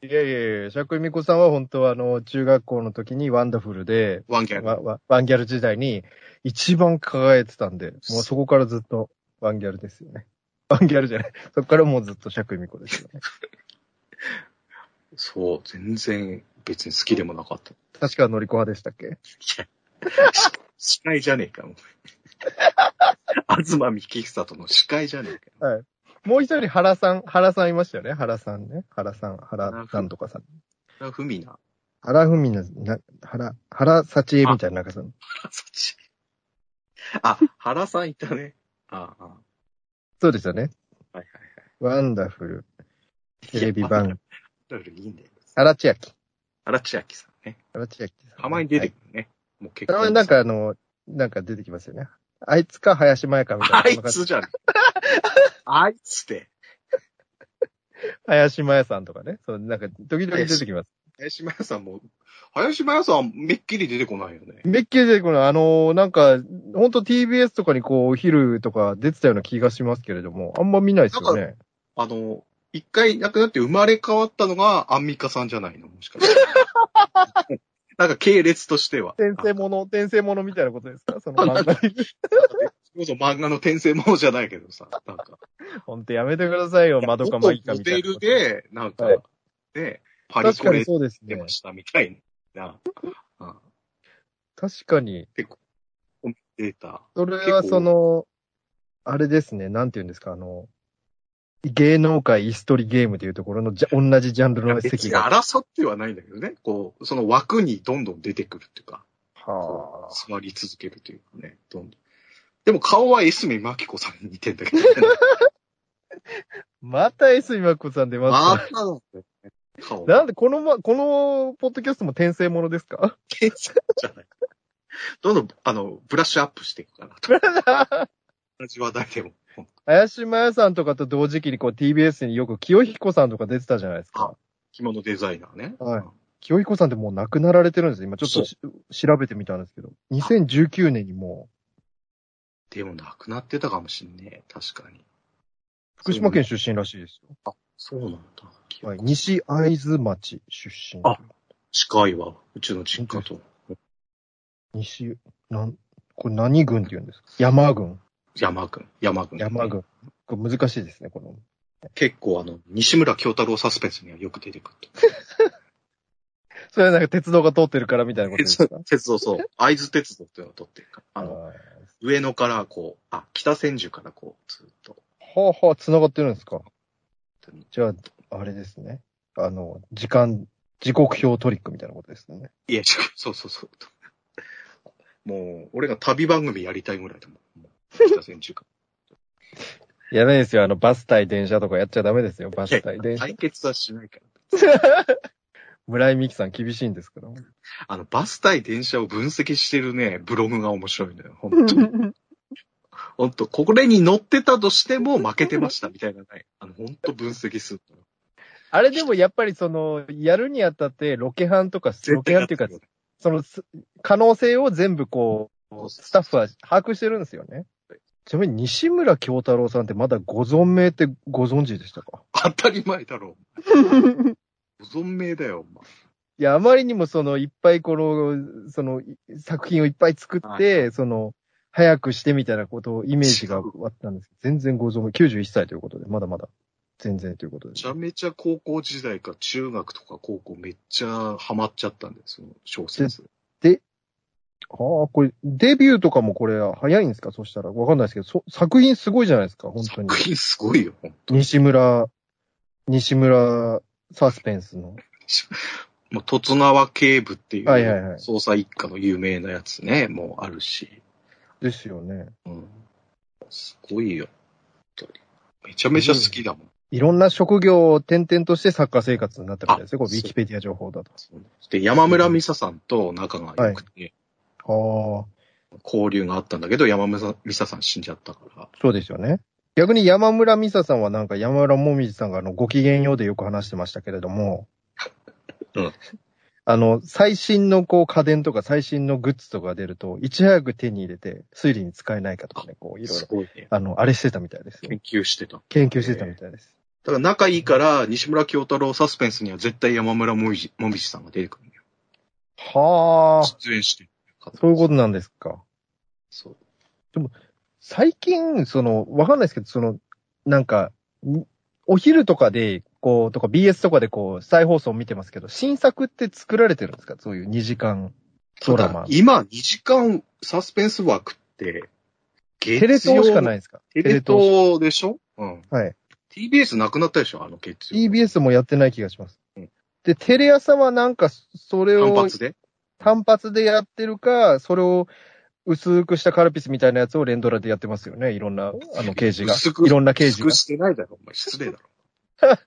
[SPEAKER 1] いやいやいや、釈由美子さんは本当はあの、中学校の時にワンダフルで、
[SPEAKER 2] ワンギャル。
[SPEAKER 1] ワワワンギャル時代に一番輝いてたんで、もうそこからずっとワンギャルですよね。ワンギャルじゃない。そこからもうずっと釈由美子ですよね。
[SPEAKER 2] そう、全然別に好きでもなかった。い
[SPEAKER 1] 確かのりこ派でしたっけ
[SPEAKER 2] や、司会じゃねえ *laughs* か、お前。東幹久との司会じゃねえか。
[SPEAKER 1] もう一人原さん、原さんいましたよね。原さんね。原さん、原なんとかさん。
[SPEAKER 2] 原文奈。
[SPEAKER 1] 原文の、な、原、原幸恵みたいななんかさ、
[SPEAKER 2] 原幸 *laughs* あ、原さんいたね。ああ、はい
[SPEAKER 1] そうですよね。
[SPEAKER 2] はいはい。
[SPEAKER 1] ワンダフル、テレビ
[SPEAKER 2] いや
[SPEAKER 1] 番、。
[SPEAKER 2] ルールいいんだよ。
[SPEAKER 1] 原千秋。
[SPEAKER 2] 原千秋さんね。
[SPEAKER 1] 原千秋さん。
[SPEAKER 2] たまに出てくるね。もう結
[SPEAKER 1] たま
[SPEAKER 2] 構。
[SPEAKER 1] になんかあの、なんか出てきますよね。あいつか林前かみたいな。
[SPEAKER 2] あいつ *laughs* じゃん。あいつって。
[SPEAKER 1] 林前さんとかね。そう、なんか、時々出てきます。
[SPEAKER 2] 林真也さんも、林真也さんめっきり出てこないよね。
[SPEAKER 1] めっきり出てくるの、あのーなんか、ほんと TBS とかにこう、お昼とか出てたような気がしますけれども、あんま見ないですよね。
[SPEAKER 2] あの、一回亡くなって生まれ変わったのがアンミカさんじゃないのもしかして。 *laughs* なんか系列としては。
[SPEAKER 1] 転生もの、転生ものみたいなことですかその
[SPEAKER 2] あな
[SPEAKER 1] 漫
[SPEAKER 2] んか
[SPEAKER 1] 画
[SPEAKER 2] そ
[SPEAKER 1] に。
[SPEAKER 2] れこそ漫画の転生ものじゃないけどさ。なんか。
[SPEAKER 1] ほんとやめてくださいよ、窓かマイカ
[SPEAKER 2] モ
[SPEAKER 1] みた
[SPEAKER 2] デ
[SPEAKER 1] いな
[SPEAKER 2] ル
[SPEAKER 1] こと。
[SPEAKER 2] で、なんか、
[SPEAKER 1] はい
[SPEAKER 2] で、パリ
[SPEAKER 1] 確
[SPEAKER 2] コ
[SPEAKER 1] かに
[SPEAKER 2] レ
[SPEAKER 1] そうです
[SPEAKER 2] 出
[SPEAKER 1] ね
[SPEAKER 2] ま。したみたいな、うん
[SPEAKER 1] 確かに。
[SPEAKER 2] データ。
[SPEAKER 1] それはその、あれですね、なんて言うんですか、あの、芸能界イストリゲームというところのじゃ、同じジャンルの
[SPEAKER 2] 別
[SPEAKER 1] 席
[SPEAKER 2] に
[SPEAKER 1] が。
[SPEAKER 2] 争ってはないんだけどね。こう、その枠にどんどん出てくるっていうか、
[SPEAKER 1] はあ
[SPEAKER 2] 座り続けるというかね、どんどん。でも顔はエスミマキコさんに似てんだけどね。
[SPEAKER 1] *laughs* また S 今子さん出ますね
[SPEAKER 2] またなんだよね顔。
[SPEAKER 1] なんで、このま、この、ポッドキャストも転生ものですか *laughs*
[SPEAKER 2] 天才じゃない。どんどん、あの、ブラッシュアップしていくかなと。同じ話題でも。
[SPEAKER 1] 林真也さんとかと同時期にこう TBS によく清彦さんとか出てたじゃないですか。
[SPEAKER 2] 着物デザイナーね。
[SPEAKER 1] はい
[SPEAKER 2] うん
[SPEAKER 1] 清彦さんってもう亡くなられてるんですよ。今ちょっとし調べてみたんですけど。2019年にもう、
[SPEAKER 2] でもなくなってたかもしんねえ。確かに。
[SPEAKER 1] 福島県出身らしいですよ。
[SPEAKER 2] そうなんだ。
[SPEAKER 1] はい、西会津町出身。
[SPEAKER 2] あ近いわ。うちの実家と。
[SPEAKER 1] 西、なん、これ何軍って言うんですか山軍。
[SPEAKER 2] 山君。山君。
[SPEAKER 1] 山軍。これ難しいですね、この。
[SPEAKER 2] 結構あの、西村京太郎サスペンスにはよく出てくる。
[SPEAKER 1] それはなんか鉄道が通ってるからみたいなこと *laughs* ですか
[SPEAKER 2] 鉄道そう。会津鉄道っていうのを取ってるから。あの、
[SPEAKER 1] ー
[SPEAKER 2] 上野からこう、あ、北千住からこう、ずっと。
[SPEAKER 1] はあはあ、繋がってるんですかじゃあ、あれですね。あの、時間、時刻表トリックみたいなことですね。
[SPEAKER 2] いや、違う、そうそうそう。もう、俺が旅番組やりたいぐらいだもん。もう北千住か。
[SPEAKER 1] やないですよ。あの、バス対電車とかやっちゃダメですよ。 *laughs* バス対電車。
[SPEAKER 2] 対決はしないから。
[SPEAKER 1] 村井美樹さん厳しいんですから。
[SPEAKER 2] あの、バス対電車を分析してるね、ブログが面白いのよ。本当に。本当これに乗ってたとしても負けてましたみたいなね。あの、本当分析するのよ。
[SPEAKER 1] *laughs* あれでもやっぱりその、やるにあたってロケハンとか、ロケハンっていうか、その、す可能性を全部こう、スタッフは把握してるんですよね
[SPEAKER 2] はい。
[SPEAKER 1] ちなみに西村京太郎さんってまだご存命ってご存知でしたか
[SPEAKER 2] 当たり前だろ。お前ご存命だよ、お前。
[SPEAKER 1] いや、あまりにもその、いっぱいこの、その、い作品をいっぱい作っ
[SPEAKER 2] はい
[SPEAKER 1] て、その、早くしてみたいなことを、イメージがあったんですけど全然ご存命、91歳ということで、まだまだ、全然ということで
[SPEAKER 2] め。ちゃめちゃ高校時代か中学とか高校めっちゃハマっちゃったんです、その小説。
[SPEAKER 1] ああ、これ、デビューとかもこれ、早いんですかそしたら、わかんないですけど、そ作品すごいじゃないですか、本当に
[SPEAKER 2] 作。品すごいよ、ほん
[SPEAKER 1] 西村、西村サスペンスの。
[SPEAKER 2] もう、十津川警部っていう、
[SPEAKER 1] はいはいはい
[SPEAKER 2] 捜査一課の有名なやつね、もうあるし。
[SPEAKER 1] ですよね。
[SPEAKER 2] うん。すごいよ、本当に。めちゃめちゃ好きだもん。
[SPEAKER 1] いろんな職業を転々としてサッカー生活になったみたいですね。
[SPEAKER 2] あ
[SPEAKER 1] これ、ウィキペディア情報だと。
[SPEAKER 2] で、山村美沙さんと仲が良くて、
[SPEAKER 1] ああ、
[SPEAKER 2] 交流があったんだけど、山村美沙さん死んじゃったから。
[SPEAKER 1] そうですよね。逆に山村美沙さんはなんか山村もみじさんがあの、ご機嫌ようでよく話してましたけれども、
[SPEAKER 2] うん
[SPEAKER 1] あの、最新のこう家電とか最新のグッズとかが出ると、いち早く手に入れて推理に使えないかとかね、こういろい
[SPEAKER 2] す
[SPEAKER 1] ろ、
[SPEAKER 2] ごいね。
[SPEAKER 1] あの、あれしてたみたいですよ。
[SPEAKER 2] 研究してた。
[SPEAKER 1] 研究してたみたいです。
[SPEAKER 2] だから仲いいから、西村京太郎サスペンスには絶対山村もみじもみじさんが出てくるんだよ。
[SPEAKER 1] はあ、
[SPEAKER 2] 出演してる。
[SPEAKER 1] そういうことなんですか。
[SPEAKER 2] そう。
[SPEAKER 1] 最近、その、わかんないですけど、その、なんか、にお昼とかで、こう、とか BS とかでこう、再放送見てますけど、新作って作られてるんですかそういう2時間ドラ
[SPEAKER 2] ただ
[SPEAKER 1] マ。
[SPEAKER 2] 今、2時間サスペンス枠って、月曜
[SPEAKER 1] テレ東しかないですか
[SPEAKER 2] テレ
[SPEAKER 1] テレ
[SPEAKER 2] 東でしょうん。
[SPEAKER 1] はい。
[SPEAKER 2] TBS なくなったでしょあの月曜。
[SPEAKER 1] EBS もやってない気がします
[SPEAKER 2] うん。
[SPEAKER 1] で、テレ朝はなんか、それ
[SPEAKER 2] 単
[SPEAKER 1] を
[SPEAKER 2] 発で
[SPEAKER 1] 単発でやってるか、それを薄くしたカルピスみたいなやつを連ドラでやってますよね。いろんな、あの、刑事が。
[SPEAKER 2] 薄く
[SPEAKER 1] いろんな刑
[SPEAKER 2] 薄
[SPEAKER 1] 事が
[SPEAKER 2] く。してないだろ、お前。失礼だろ。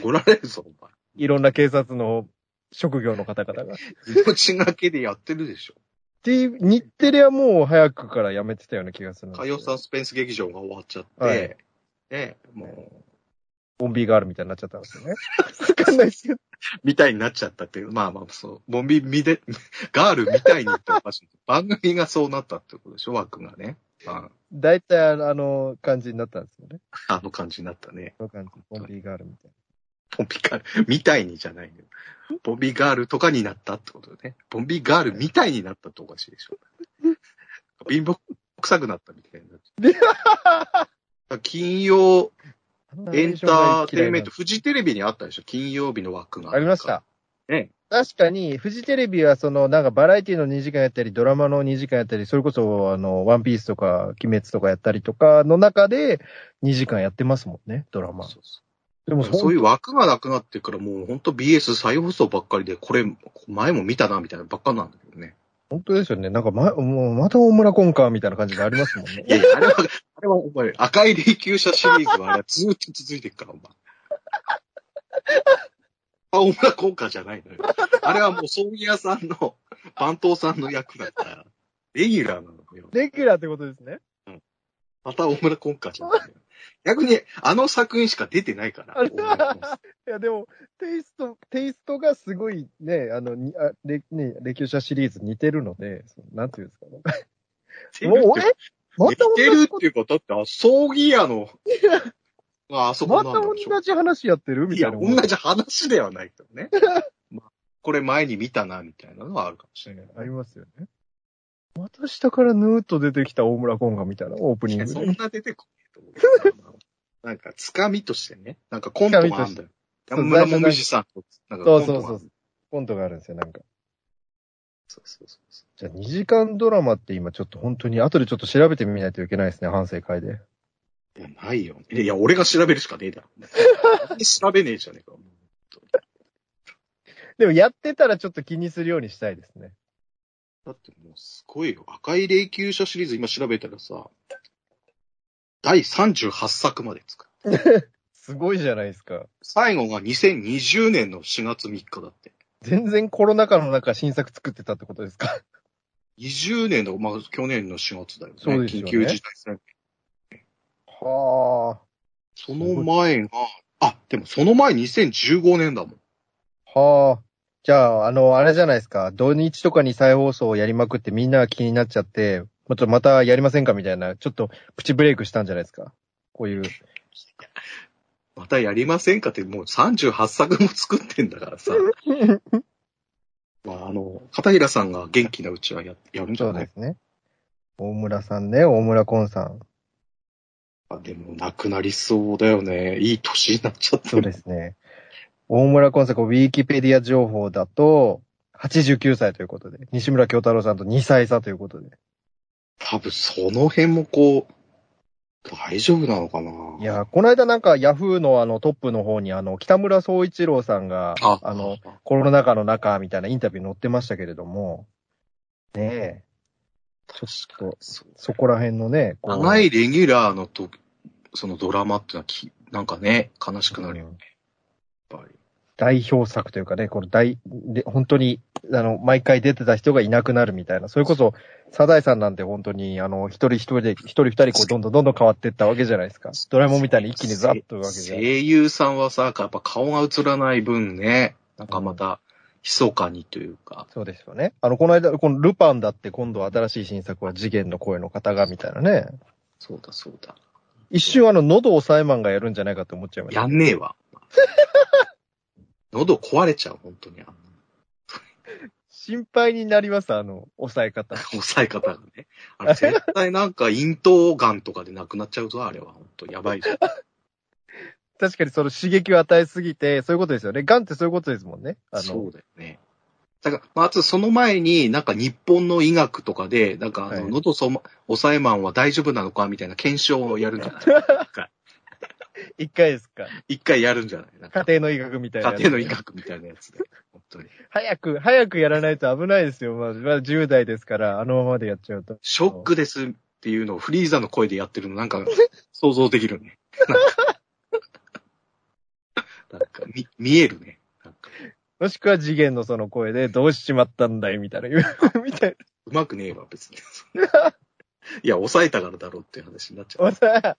[SPEAKER 2] 怒られるぞ、お前。
[SPEAKER 1] いろんな警察の職業の方々が。
[SPEAKER 2] 命がけでやってるでしょ。
[SPEAKER 1] T、日テレはもう早くからやめてたような気がするんです
[SPEAKER 2] 火
[SPEAKER 1] よ。
[SPEAKER 2] 曜サスペンス劇場が終わっちゃって、
[SPEAKER 1] はい
[SPEAKER 2] で、もう、
[SPEAKER 1] ボンビーガールみたいになっちゃったんですよね。わかんないですけど。
[SPEAKER 2] みたいになっちゃったっていう、まあまあ、そう、ボンビ見で、ガールみたいにっておかしい。番組がそうなったってことでしょ、枠がね。ま
[SPEAKER 1] 大体あの感じになったんですよね。
[SPEAKER 2] あ、あの感じになったね。
[SPEAKER 1] この感じ。ボンビーガールみたい
[SPEAKER 2] ボンビガール、みたいにじゃないのよ。ボンビガールとかになったってことね。ボンビガールみたいになったっておかしいでしょ。貧乏臭くなったみたいになっちゃうだから金曜
[SPEAKER 1] な。
[SPEAKER 2] エンターテインメント、フジテレビにあったでしょ金曜日の枠が。
[SPEAKER 1] ありました。。
[SPEAKER 2] ね
[SPEAKER 1] 確かに、フジテレビはその、なんかバラエティの2時間やったり、ドラマの2時間やったり、それこそ、あの、ワンピースとか、鬼滅とかやったりとかの中で、2時間やってますもんね、ドラマ。
[SPEAKER 2] そうそう
[SPEAKER 1] でも
[SPEAKER 2] そういう
[SPEAKER 1] わ。
[SPEAKER 2] 枠がなくなってからもう本当 BS 再放送ばっかりで、これ前も見たなみたいなばっかなんだけどね。
[SPEAKER 1] 本当ですよね。なんかま、もうまた大村コンか、みたいな感じがありますもんね
[SPEAKER 2] い。やいや、あれは、あれはお前、赤い霊柩車シリーズはあれはずーっと続いてるから、お前。あ、お前効果じゃないのよ。あれはもう葬儀屋さんの、番頭さんの役だから、レギュラーなのよ。
[SPEAKER 1] レギュラーってことですね。
[SPEAKER 2] また大村コンカじゃないのよ。逆に、あの作品しか出てないから。
[SPEAKER 1] あれ
[SPEAKER 2] 大村コンカ
[SPEAKER 1] いや、でも、テイスト、テイストがすごいね、あの、にあれね、レキューシャシリーズ似てるので、そのなんていうんですかね。 *laughs* もう、えま
[SPEAKER 2] 似
[SPEAKER 1] た
[SPEAKER 2] てるっ
[SPEAKER 1] 同じこと、
[SPEAKER 2] ていうか、だって、あ葬儀屋の、ああそこ
[SPEAKER 1] ま
[SPEAKER 2] な
[SPEAKER 1] た
[SPEAKER 2] んだでしょ
[SPEAKER 1] *laughs* 同じ話やってるみ
[SPEAKER 2] い
[SPEAKER 1] た
[SPEAKER 2] や、
[SPEAKER 1] い
[SPEAKER 2] 同
[SPEAKER 1] な。 *laughs*
[SPEAKER 2] じ話ではないけどね。まあ、これ前に見たな、みたいなのはあるかもしれない。
[SPEAKER 1] ありますよね。また下からヌーッと出てきた大村コンガみたいなオープニング
[SPEAKER 2] そん
[SPEAKER 1] で。
[SPEAKER 2] な出てこないと思うけど。なんか、つかみとしてね。なんかコントがあんだよ。
[SPEAKER 1] かみとして
[SPEAKER 2] 山村もみじさんと、なんか
[SPEAKER 1] そ
[SPEAKER 2] コ
[SPEAKER 1] う
[SPEAKER 2] ント
[SPEAKER 1] そ
[SPEAKER 2] が
[SPEAKER 1] うそう。コントがあるんですよ、なんか。
[SPEAKER 2] そうそうそうそう。
[SPEAKER 1] じゃあ2時間ドラマって今ちょっと本当に、後でちょっと調べてみないといけないですね、反省会で。
[SPEAKER 2] いや、ないよ。いや、俺が調べるしかねえだろ。なんで調べねえじゃねえか。
[SPEAKER 1] でもやってたらちょっと気にするようにしたいですね。
[SPEAKER 2] だってもうすごいよ。赤い霊柩車シリーズ今調べたらさ、第38作まで作る。
[SPEAKER 1] すごいじゃないですか。
[SPEAKER 2] 最後が2020年の4月3日だって。
[SPEAKER 1] 全然コロナ禍の中新作作ってたってことですか
[SPEAKER 2] 20年の、まあ去年の4月だよね。
[SPEAKER 1] そうですよね
[SPEAKER 2] 緊急事態宣言。
[SPEAKER 1] *laughs* は
[SPEAKER 2] その前が、あ、でもその前2015年だもん。
[SPEAKER 1] あ。はあ。じゃあ、あの、あれじゃないですか。土日とかに再放送をやりまくってみんなが気になっちゃって、もっとまたやりませんかみたいな、ちょっとプチブレイクしたんじゃないですか。こ *laughs* ういう。
[SPEAKER 2] またやりませんかってもう38作も作ってんだから
[SPEAKER 1] *laughs*
[SPEAKER 2] さ。まああの、片平さんが元気なうちはややるんじ
[SPEAKER 1] そ
[SPEAKER 2] ゃ
[SPEAKER 1] う
[SPEAKER 2] ない
[SPEAKER 1] ですね。大村さんね、大村コンさん。
[SPEAKER 2] あでも、なくなりそうだよね。いい年になっちゃった。
[SPEAKER 1] そうですね。大村コンサコウィキペディア情報だと、89歳ということで、西村京太郎さんと2歳差ということで。
[SPEAKER 2] 多分、その辺もこう、大丈夫なのかない
[SPEAKER 1] やー、この間なんかヤフーのあのトップの方にあの、北村総一郎さんが、あの、、コロナ禍の中みたいなインタビュー載ってましたけれども、ねえ、
[SPEAKER 2] 確
[SPEAKER 1] かに
[SPEAKER 2] そう。
[SPEAKER 1] そこら辺のね、こう
[SPEAKER 2] 長いレギュラーのと、そのドラマってのはき、なんかね、悲しくなるよね。やっぱり。
[SPEAKER 1] 代表作というかね、この大、で、本当に、あの、毎回出てた人がいなくなるみたいな。それこそ、サダイさんなんて本当に、あの、一人一人で、一人二人こう、どんどんどんどん変わってったわけじゃないですか。ドラえもんみたいに一気にザッというわけじゃ
[SPEAKER 2] 声。優さんはさ、やっぱ顔が映らない分ね、なんかまた、密かにというか、
[SPEAKER 1] そうですよね。あの、この間、このルパンだって今度新しい新作は次元の声の方が、みたいなね。
[SPEAKER 2] そうだそうだ。
[SPEAKER 1] 一瞬あの、喉押さえマンがやるんじゃないかと思っちゃいました。
[SPEAKER 2] やんねえわ。喉壊れちゃう、本当に。あの
[SPEAKER 1] 心配になります、あの、抑え方。
[SPEAKER 2] 抑え方がね。あれ絶対なんか咽頭がんとかでなくなっちゃうぞ、あれは。本当やばいぞ。
[SPEAKER 1] 確かにその刺激を与えすぎて、そういうことですよね。ガンってそういうことですもんね。あの、
[SPEAKER 2] そうだよね。だから、まずその前になんか日本の医学とかで、なんかあ
[SPEAKER 1] は
[SPEAKER 2] の、
[SPEAKER 1] い
[SPEAKER 2] 喉そ、抑えマンは大丈夫なのかみたいな検証をやるん
[SPEAKER 1] *laughs*
[SPEAKER 2] じゃない
[SPEAKER 1] 一回ですか。
[SPEAKER 2] 一回やるんじゃないなん
[SPEAKER 1] 家
[SPEAKER 2] か
[SPEAKER 1] 庭の医学みたいな
[SPEAKER 2] 家
[SPEAKER 1] やつ。
[SPEAKER 2] 庭の医学みたいなやつで。本当に。
[SPEAKER 1] 早く、早くやらないと危ないですよ。まあ、まあ、10代ですから、あのままでやっちゃうと。
[SPEAKER 2] ショックですっていうのをフリーザの声でやってるのなんか想像できるね。なんか、なんか見、見えるね。なんか
[SPEAKER 1] もしくは次元のその声で、どうしちまったんだいみたいな、 *laughs* 言うみたいう
[SPEAKER 2] まくねえわ、別に。いや、抑えたからだろうっていう話になっちゃ
[SPEAKER 1] な。
[SPEAKER 2] う。
[SPEAKER 1] おさ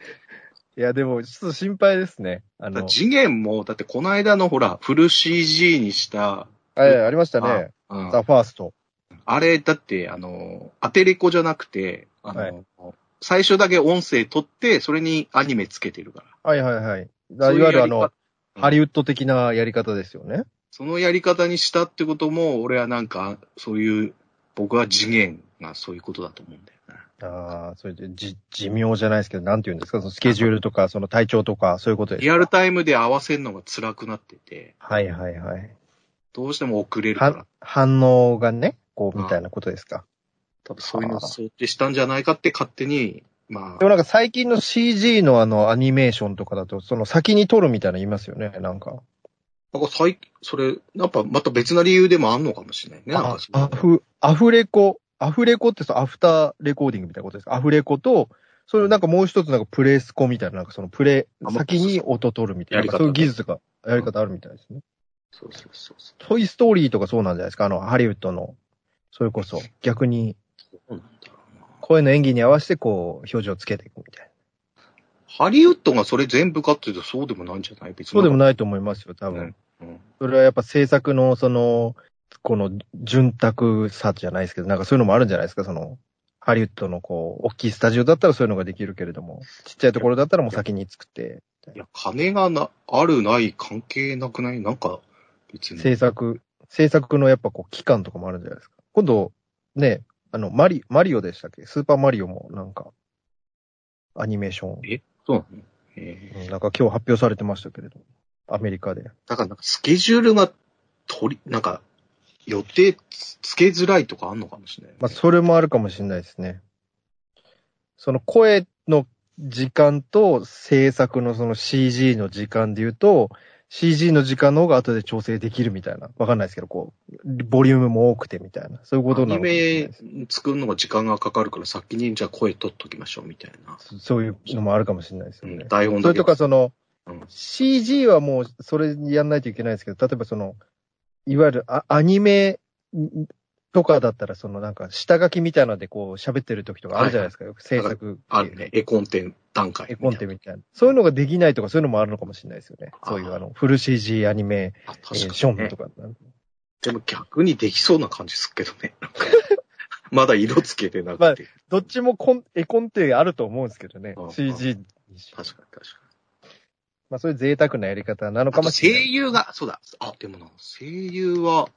[SPEAKER 1] *laughs* いや、でも、ちょっと心配ですね。あ
[SPEAKER 2] だから
[SPEAKER 1] の、
[SPEAKER 2] 次元も、だってこの間のほら、フル CG にした、
[SPEAKER 1] あれありましたね。
[SPEAKER 2] うん
[SPEAKER 1] ザ・ファースト。
[SPEAKER 2] あれ、だって、あの、アテレコじゃなくて、あの、
[SPEAKER 1] はい
[SPEAKER 2] 最初だけ音声取って、それにアニメつけてるから。
[SPEAKER 1] はいはいはい。い
[SPEAKER 2] そ
[SPEAKER 1] わ
[SPEAKER 2] う
[SPEAKER 1] ゆ
[SPEAKER 2] いうやり
[SPEAKER 1] る
[SPEAKER 2] 方
[SPEAKER 1] あの、
[SPEAKER 2] うん
[SPEAKER 1] ハリウッド的なやり方ですよね。
[SPEAKER 2] そのやり方にしたってことも、俺はなんか、そういう、僕は次元がそういうことだと思うんだよな。
[SPEAKER 1] ああ、それで、じ、寿命じゃないですけど、なんて言うんですかそのスケジュールとか、その体調とか、そういうことです
[SPEAKER 2] リ
[SPEAKER 1] か。
[SPEAKER 2] アルタイムで合わせるのが辛くなってて、
[SPEAKER 1] はいはいはい。
[SPEAKER 2] どうしても遅れるから
[SPEAKER 1] は。反応がね、こう、みたいなことですか。
[SPEAKER 2] 多分そういうのを想定したんじゃないかって勝手に、ま
[SPEAKER 1] でもなんか最近の CG のあのアニメーションとかだと、その先に撮るみたいなの言いますよね、なんか。
[SPEAKER 2] あ、なんか最近、それ、やっぱまた別な理由でもあんのかもしれないね。なん
[SPEAKER 1] あ
[SPEAKER 2] かその
[SPEAKER 1] アフ、アフレコ、アフレコってそのアフターレコーディングみたいなことですかアフレコと、それをなんかもう一つなんかプレイスコみたいな、なんかそのプレ
[SPEAKER 2] あま
[SPEAKER 1] イ、先に音撮るみたい
[SPEAKER 2] や
[SPEAKER 1] な、
[SPEAKER 2] り
[SPEAKER 1] な
[SPEAKER 2] 方
[SPEAKER 1] んかそういう技術が、やり方あるみたいですね。
[SPEAKER 2] そうそうそうそ
[SPEAKER 1] トイストーリーとかそうなんじゃないですかあの、ハリウッドの、それこそ、逆に
[SPEAKER 2] う。そうなんだろうな。
[SPEAKER 1] 声の演技に合わせてこう、表情をつけていくみたいな。
[SPEAKER 2] ハリウッドがそれ全部かっていうとそうでもないんじゃない別に。
[SPEAKER 1] そうでも
[SPEAKER 2] ない。
[SPEAKER 1] ないと思いますよ、多分。
[SPEAKER 2] うん。
[SPEAKER 1] それはやっぱ制作の、その、この、潤沢さじゃないですけど、なんかそういうのもあるんじゃないですか、その、ハリウッドのこう、大きいスタジオだったらそういうのができるけれども、ちっちゃいところだったらもう先に作って。
[SPEAKER 2] いや、金がな、あるない関係なくないなんか、別に。
[SPEAKER 1] 制作、制作のやっぱこう期間とかもあるんじゃないですか。今度、ね、あの、マリ、マリオでしたっけスーパーマリオもなんか、アニメーション、
[SPEAKER 2] そうなの、えー
[SPEAKER 1] うんなんか今日発表されてましたけれど、アメリカで。
[SPEAKER 2] だからなんかスケジュールが取り、なんか、予定つつけづらいとかあんのかもしれない、
[SPEAKER 1] まあ、それもあるかもしれないですね。その声の時間と制作のその CG の時間で言うと、CG の時間の方が後で調整できるみたいな。わかんないですけど、こう、ボリュームも多くてみたいな。そういうこと
[SPEAKER 2] ア
[SPEAKER 1] なの
[SPEAKER 2] ニ
[SPEAKER 1] かもしれない
[SPEAKER 2] メ
[SPEAKER 1] です
[SPEAKER 2] 作るのが時間がかかるから先にじゃあ声取っときましょうみたいな。
[SPEAKER 1] そそういうのもあるかもしれないです
[SPEAKER 2] う
[SPEAKER 1] よね
[SPEAKER 2] ん、。台本だ
[SPEAKER 1] それ
[SPEAKER 2] け
[SPEAKER 1] とかその、
[SPEAKER 2] うん
[SPEAKER 1] CG はもうそれやんないといけないですけど、例えばその、いわゆるアアニメんとかだったら、そのなんか下書きみたいなのでこう喋ってる時とかあるじゃないですか、制作。
[SPEAKER 2] あるね。絵コンテン段階
[SPEAKER 1] 絵
[SPEAKER 2] みたい
[SPEAKER 1] コン
[SPEAKER 2] な。
[SPEAKER 1] テみたいな。そういうのができないとかそういうのもあるのかもしれないですよね。
[SPEAKER 2] あー
[SPEAKER 1] そういうあの、フル CG アニメ、
[SPEAKER 2] あ
[SPEAKER 1] えー
[SPEAKER 2] 確
[SPEAKER 1] シ
[SPEAKER 2] か
[SPEAKER 1] ョン
[SPEAKER 2] に、
[SPEAKER 1] ム
[SPEAKER 2] ね
[SPEAKER 1] と。か。
[SPEAKER 2] でも逆にできそうな感じするけどね。
[SPEAKER 1] *laughs*
[SPEAKER 2] なんかまだ色つけてなくて。
[SPEAKER 1] どっちもコン絵コンテあると思うんですけどね
[SPEAKER 2] あ。ー
[SPEAKER 1] CG にし
[SPEAKER 2] 確かに確か
[SPEAKER 1] まあそういう贅沢なやり方なの
[SPEAKER 2] に。
[SPEAKER 1] か
[SPEAKER 2] あ
[SPEAKER 1] も
[SPEAKER 2] と
[SPEAKER 1] しれな
[SPEAKER 2] 声
[SPEAKER 1] い。
[SPEAKER 2] 優が、そうだ。あ、でもな、声優は、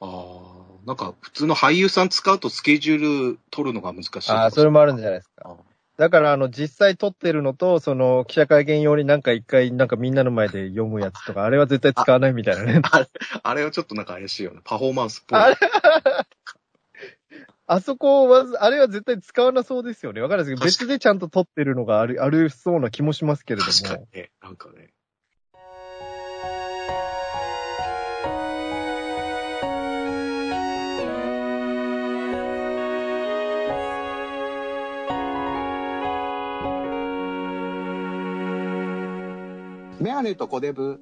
[SPEAKER 2] あーなんか普通の俳優さん使うとスケジュール取るのが難しいとか。
[SPEAKER 1] ああ、それもあるんじゃないですか。
[SPEAKER 2] あ
[SPEAKER 1] だから、あの、実際撮ってるのと、その、記者会見用になんか一回、なんかみんなの前で読むやつとか、あれは絶対使わないみたいなね。
[SPEAKER 2] あれはちょっとなんか怪しいよね。パフォーマンスっぽい。
[SPEAKER 1] あれあそこは、あれは絶対使わなそうですよね。わかるんないですけど、別でちゃんと撮ってるのがある、あるそうな気もしますけれども。
[SPEAKER 2] 確かにね。なんかね。
[SPEAKER 3] メガネとコデブ。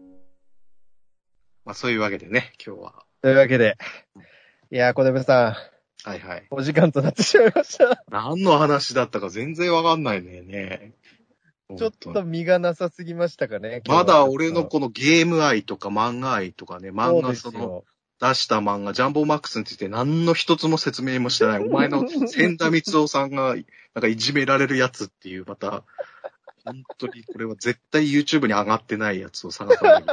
[SPEAKER 2] まあそういうわけでね、今日は。
[SPEAKER 1] というわけで。いやー、小出部さん、
[SPEAKER 2] はいはい。
[SPEAKER 1] お時間となってしまいました。
[SPEAKER 2] 何の話だったか全然わかんないね。ね
[SPEAKER 1] ちょっと身がなさすぎましたかね。今日は
[SPEAKER 2] まだ俺のこのゲーム愛とか漫画愛とかね、漫
[SPEAKER 1] そう
[SPEAKER 2] 画
[SPEAKER 1] で
[SPEAKER 2] そ
[SPEAKER 1] す
[SPEAKER 2] の
[SPEAKER 1] よ。
[SPEAKER 2] 出した漫画、ジャンボマックスについて何の一つも説明もしてない。お前の千田光夫さんがなんかいじめられるやつっていう、また、本当にこれは絶対 YouTube に上がってないやつを探さないっ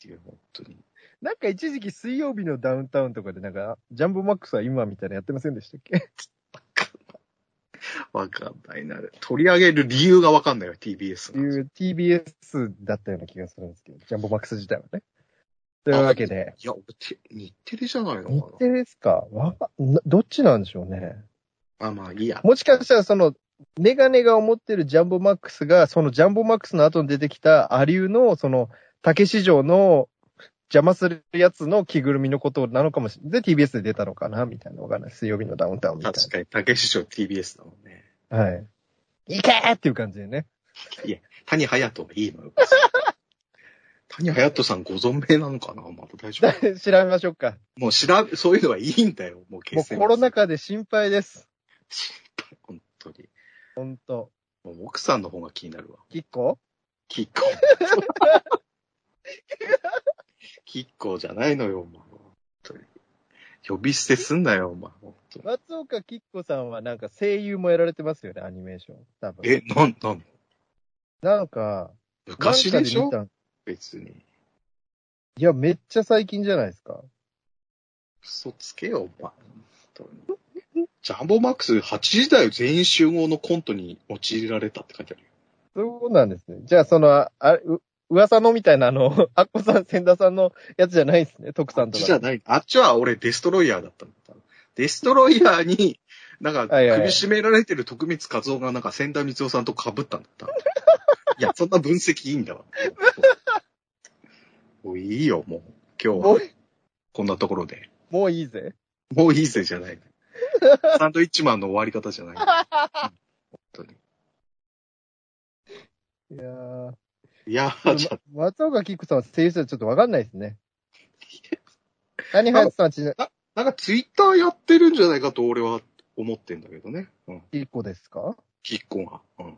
[SPEAKER 2] ていう、本当に。
[SPEAKER 1] なんか一時期水曜日のダウンタウンとかで、なんか、ジャンボマックスは今みたいなやってませんでしたっ *laughs* け
[SPEAKER 2] わかんないな。取り上げる理由がわかんないよ、TBS
[SPEAKER 1] って
[SPEAKER 2] の
[SPEAKER 1] いう TBS だったような気がするんですけど、ジャンボマックス自体はね。というわけで、
[SPEAKER 2] いや、俺て、日テレじゃないのか
[SPEAKER 1] 日テレですかわかなどっちなんでしょうね。
[SPEAKER 2] な。あ、まあいいや。
[SPEAKER 1] もしかしたらその、メガネが思ってるジャンボマックスが、そのジャンボマックスの後に出てきたアリューの、その、竹市場の邪魔するやつの着ぐるみのことなのかもしれない。で、TBS で出たのかなみたいな。わかんない。水曜日のダウンタウンみたい
[SPEAKER 2] 確かに、竹師匠 TBS だもんね。
[SPEAKER 1] な。はい。いけーっていう感じでね。
[SPEAKER 2] 谷隼人がいいのよ。 *laughs* 谷隼人さんご存命なのかなまだ大丈夫。
[SPEAKER 1] *laughs* 調べましょうか。
[SPEAKER 2] もう調べ、そういうのはいいんだよ。もう
[SPEAKER 1] も
[SPEAKER 2] 決
[SPEAKER 1] う
[SPEAKER 2] 戦。
[SPEAKER 1] コロナ禍で心配です。
[SPEAKER 2] 本当に。
[SPEAKER 1] 本当
[SPEAKER 2] もう奥さんの方が気になるわ。
[SPEAKER 1] キッコ
[SPEAKER 2] キッコー。キッコーじゃないのよ、お前。本当に。呼び捨てすんなよ、お前。本当に
[SPEAKER 1] 松岡きっこさんはなんか声優もやられてますよね、アニメーション。多分。
[SPEAKER 2] え、なん、なん
[SPEAKER 1] なんか、
[SPEAKER 2] 昔でし
[SPEAKER 1] なん
[SPEAKER 2] ょ
[SPEAKER 1] か見
[SPEAKER 2] 別に。
[SPEAKER 1] たいや、めっちゃ最近じゃないですか。
[SPEAKER 2] 嘘つけよ、お前。本当にジャンボマックス8時台全員集合のコントに陥れられたって書いてあるよ。
[SPEAKER 1] そうなんですね。じゃあ、その、あう噂のみたいなあの、 *laughs* アッコさん、千田さんのやつじゃないですね、徳さ
[SPEAKER 2] あ
[SPEAKER 1] ん
[SPEAKER 2] っ
[SPEAKER 1] と
[SPEAKER 2] ちじゃ
[SPEAKER 1] か。
[SPEAKER 2] ない。あっちは俺デストロイヤーだったんだ。デストロイヤーに、なんか、
[SPEAKER 1] はいはい
[SPEAKER 2] 首絞められてる徳光和夫がなんか千田光夫さんと被ったんだ
[SPEAKER 1] *laughs*
[SPEAKER 2] った。いや、そんな分析いいんだわ。もういいよ、もう。今日
[SPEAKER 1] も
[SPEAKER 2] は
[SPEAKER 1] う、
[SPEAKER 2] こんなところで。
[SPEAKER 1] もういいぜ。
[SPEAKER 2] もういいぜじゃない。サンドイッチマンの終わり方じゃ
[SPEAKER 1] *laughs*
[SPEAKER 2] ない。本当に。
[SPEAKER 1] いやー。
[SPEAKER 2] いや
[SPEAKER 1] *laughs* ま
[SPEAKER 2] ー、ちょっ
[SPEAKER 1] 松岡きっこさんは声優さんちょっとわかんないです
[SPEAKER 2] *laughs*
[SPEAKER 1] ね。何はやさんはちな、
[SPEAKER 2] と、なんかツイッターやってるんじゃないかと俺は思ってんだけどね。うん。
[SPEAKER 1] きっこですか
[SPEAKER 2] キッコが。うん。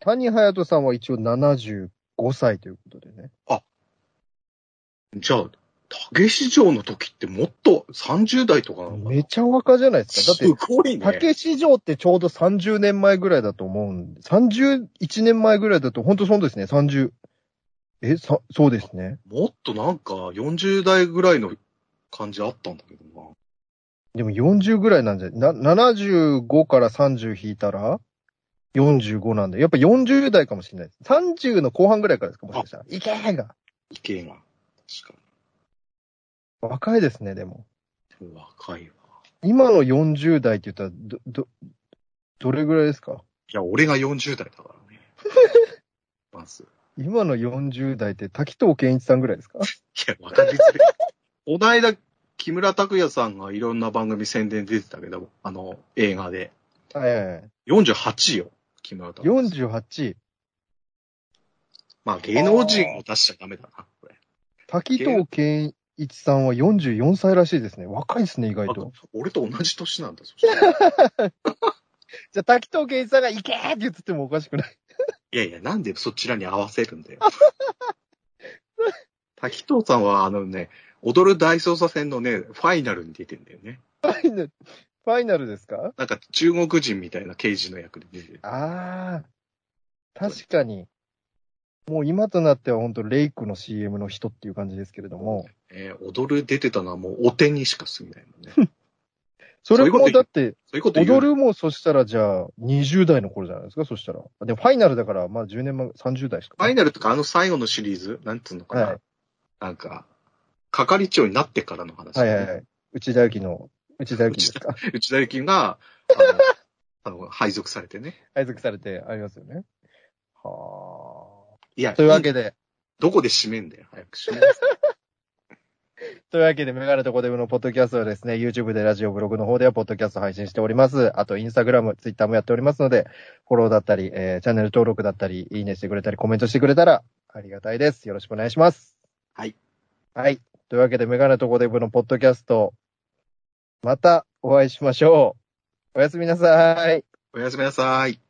[SPEAKER 1] 谷隼人さんは一応75歳ということでね。
[SPEAKER 2] じゃあ、竹市場の時ってもっと30代とかなのかな
[SPEAKER 1] めちゃ若じゃないですか。だって
[SPEAKER 2] す、ごいね。
[SPEAKER 1] 竹市場ってちょうど30年前ぐらいだと思うんで、31年前ぐらいだと、本当そうですね、30、え、さ、そうですね。
[SPEAKER 2] もっとなんか40代ぐらいの感じあったんだけどな。
[SPEAKER 1] でも40ぐらいなんじゃ、な、75から30引いたら、45なんで、やっぱ40代かもしれない。30の後半ぐらいからですか、もしかしたら。いけーが。
[SPEAKER 2] 意見が。確か
[SPEAKER 1] 若いですね、でも。
[SPEAKER 2] に。でも若いわ。
[SPEAKER 1] 今の40代って言ったら、ど、ど、どれぐらいですか
[SPEAKER 2] いや、俺が40代だ
[SPEAKER 1] *laughs*
[SPEAKER 2] からね。まず。
[SPEAKER 1] 今の40代って滝藤健一さんぐらい *laughs* ですか
[SPEAKER 2] いや、わかりづらい。お題だ、木村拓哉さんがいろんな番組宣伝出てたけど、あの、映画で。
[SPEAKER 1] はいはいはい。
[SPEAKER 2] 48よ、木村拓哉さん。
[SPEAKER 1] 48。
[SPEAKER 2] まあ、芸能人を出しちゃダメだな、これ。
[SPEAKER 1] 滝藤健一さんは44歳らしいですね。若いですね、意外と。
[SPEAKER 2] あ俺と同じ年なんだ、そ
[SPEAKER 1] *laughs*
[SPEAKER 2] したら
[SPEAKER 1] じゃあ、滝藤健一さんがいけーって言っててもおかしくない。 *laughs*
[SPEAKER 2] いやいや、なんでそちらに合わせるんだよ。滝藤さんは、あのね、踊る大捜査線のね、ファイナルに出てんだよね。
[SPEAKER 1] ファイナル、ファイナルですか
[SPEAKER 2] なんか中国人みたいな刑事の役で出てる。
[SPEAKER 1] ああ。確かに。もう今となっては本当レイクの CM の人っていう感じですけれども。
[SPEAKER 2] えー踊る出てたのはもうお手にしか過ぎないもんね。
[SPEAKER 1] そ
[SPEAKER 2] そうい
[SPEAKER 1] れ
[SPEAKER 2] うこと
[SPEAKER 1] も
[SPEAKER 2] 言
[SPEAKER 1] だ
[SPEAKER 2] う
[SPEAKER 1] って、
[SPEAKER 2] そういうこと言う
[SPEAKER 1] 踊るもそしたらじゃあ20代の頃じゃないですかそしたら。でもファイナルだからまあ10年前、30代しか。
[SPEAKER 2] ファイナルとかあの最後のシリーズ、なんつうのかな、
[SPEAKER 1] はい
[SPEAKER 2] なんか、係長になってからの話、
[SPEAKER 1] はいはいはい。内田有紀の、内田有紀ですか
[SPEAKER 2] 内田有紀が、あの、あの配属されてね。
[SPEAKER 1] 配属されてありますよね。は
[SPEAKER 2] や
[SPEAKER 1] あ。というわけで、
[SPEAKER 2] どこで締めんだよ、早く締めなさい
[SPEAKER 1] というわけで、メガネとコデブのポッドキャストはですね、YouTube でラジオブログの方ではポッドキャスト配信しております。あと、インスタグラム、ツイッターもやっておりますので、フォローだったり、えーチャンネル登録だったり、いいねしてくれたり、コメントしてくれたらありがたいです。よろしくお願いします。
[SPEAKER 2] はい。
[SPEAKER 1] はい。というわけで、メガネとコデブのポッドキャスト、またお会いしましょう。おやすみなさい。
[SPEAKER 2] おやすみなさい。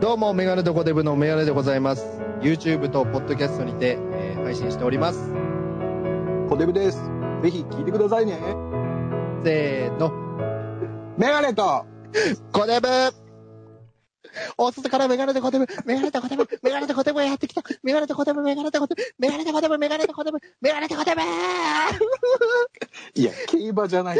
[SPEAKER 1] どうも、メガネとコデブのメガネでございます。YouTube とポッドキャストにて、えー配信しております。
[SPEAKER 3] コデブです。ぜひ聞いてくださいね。
[SPEAKER 1] せーの、
[SPEAKER 3] メガネと
[SPEAKER 1] コデブお外からメガネとコデブ、メガネとコデブ、メガネとコデブがやってきた、メガネとコデブ、メガネとコデブ、メガネとコデブ、メガネとコデブ、メガネとコデブ
[SPEAKER 3] いや、競馬じゃない。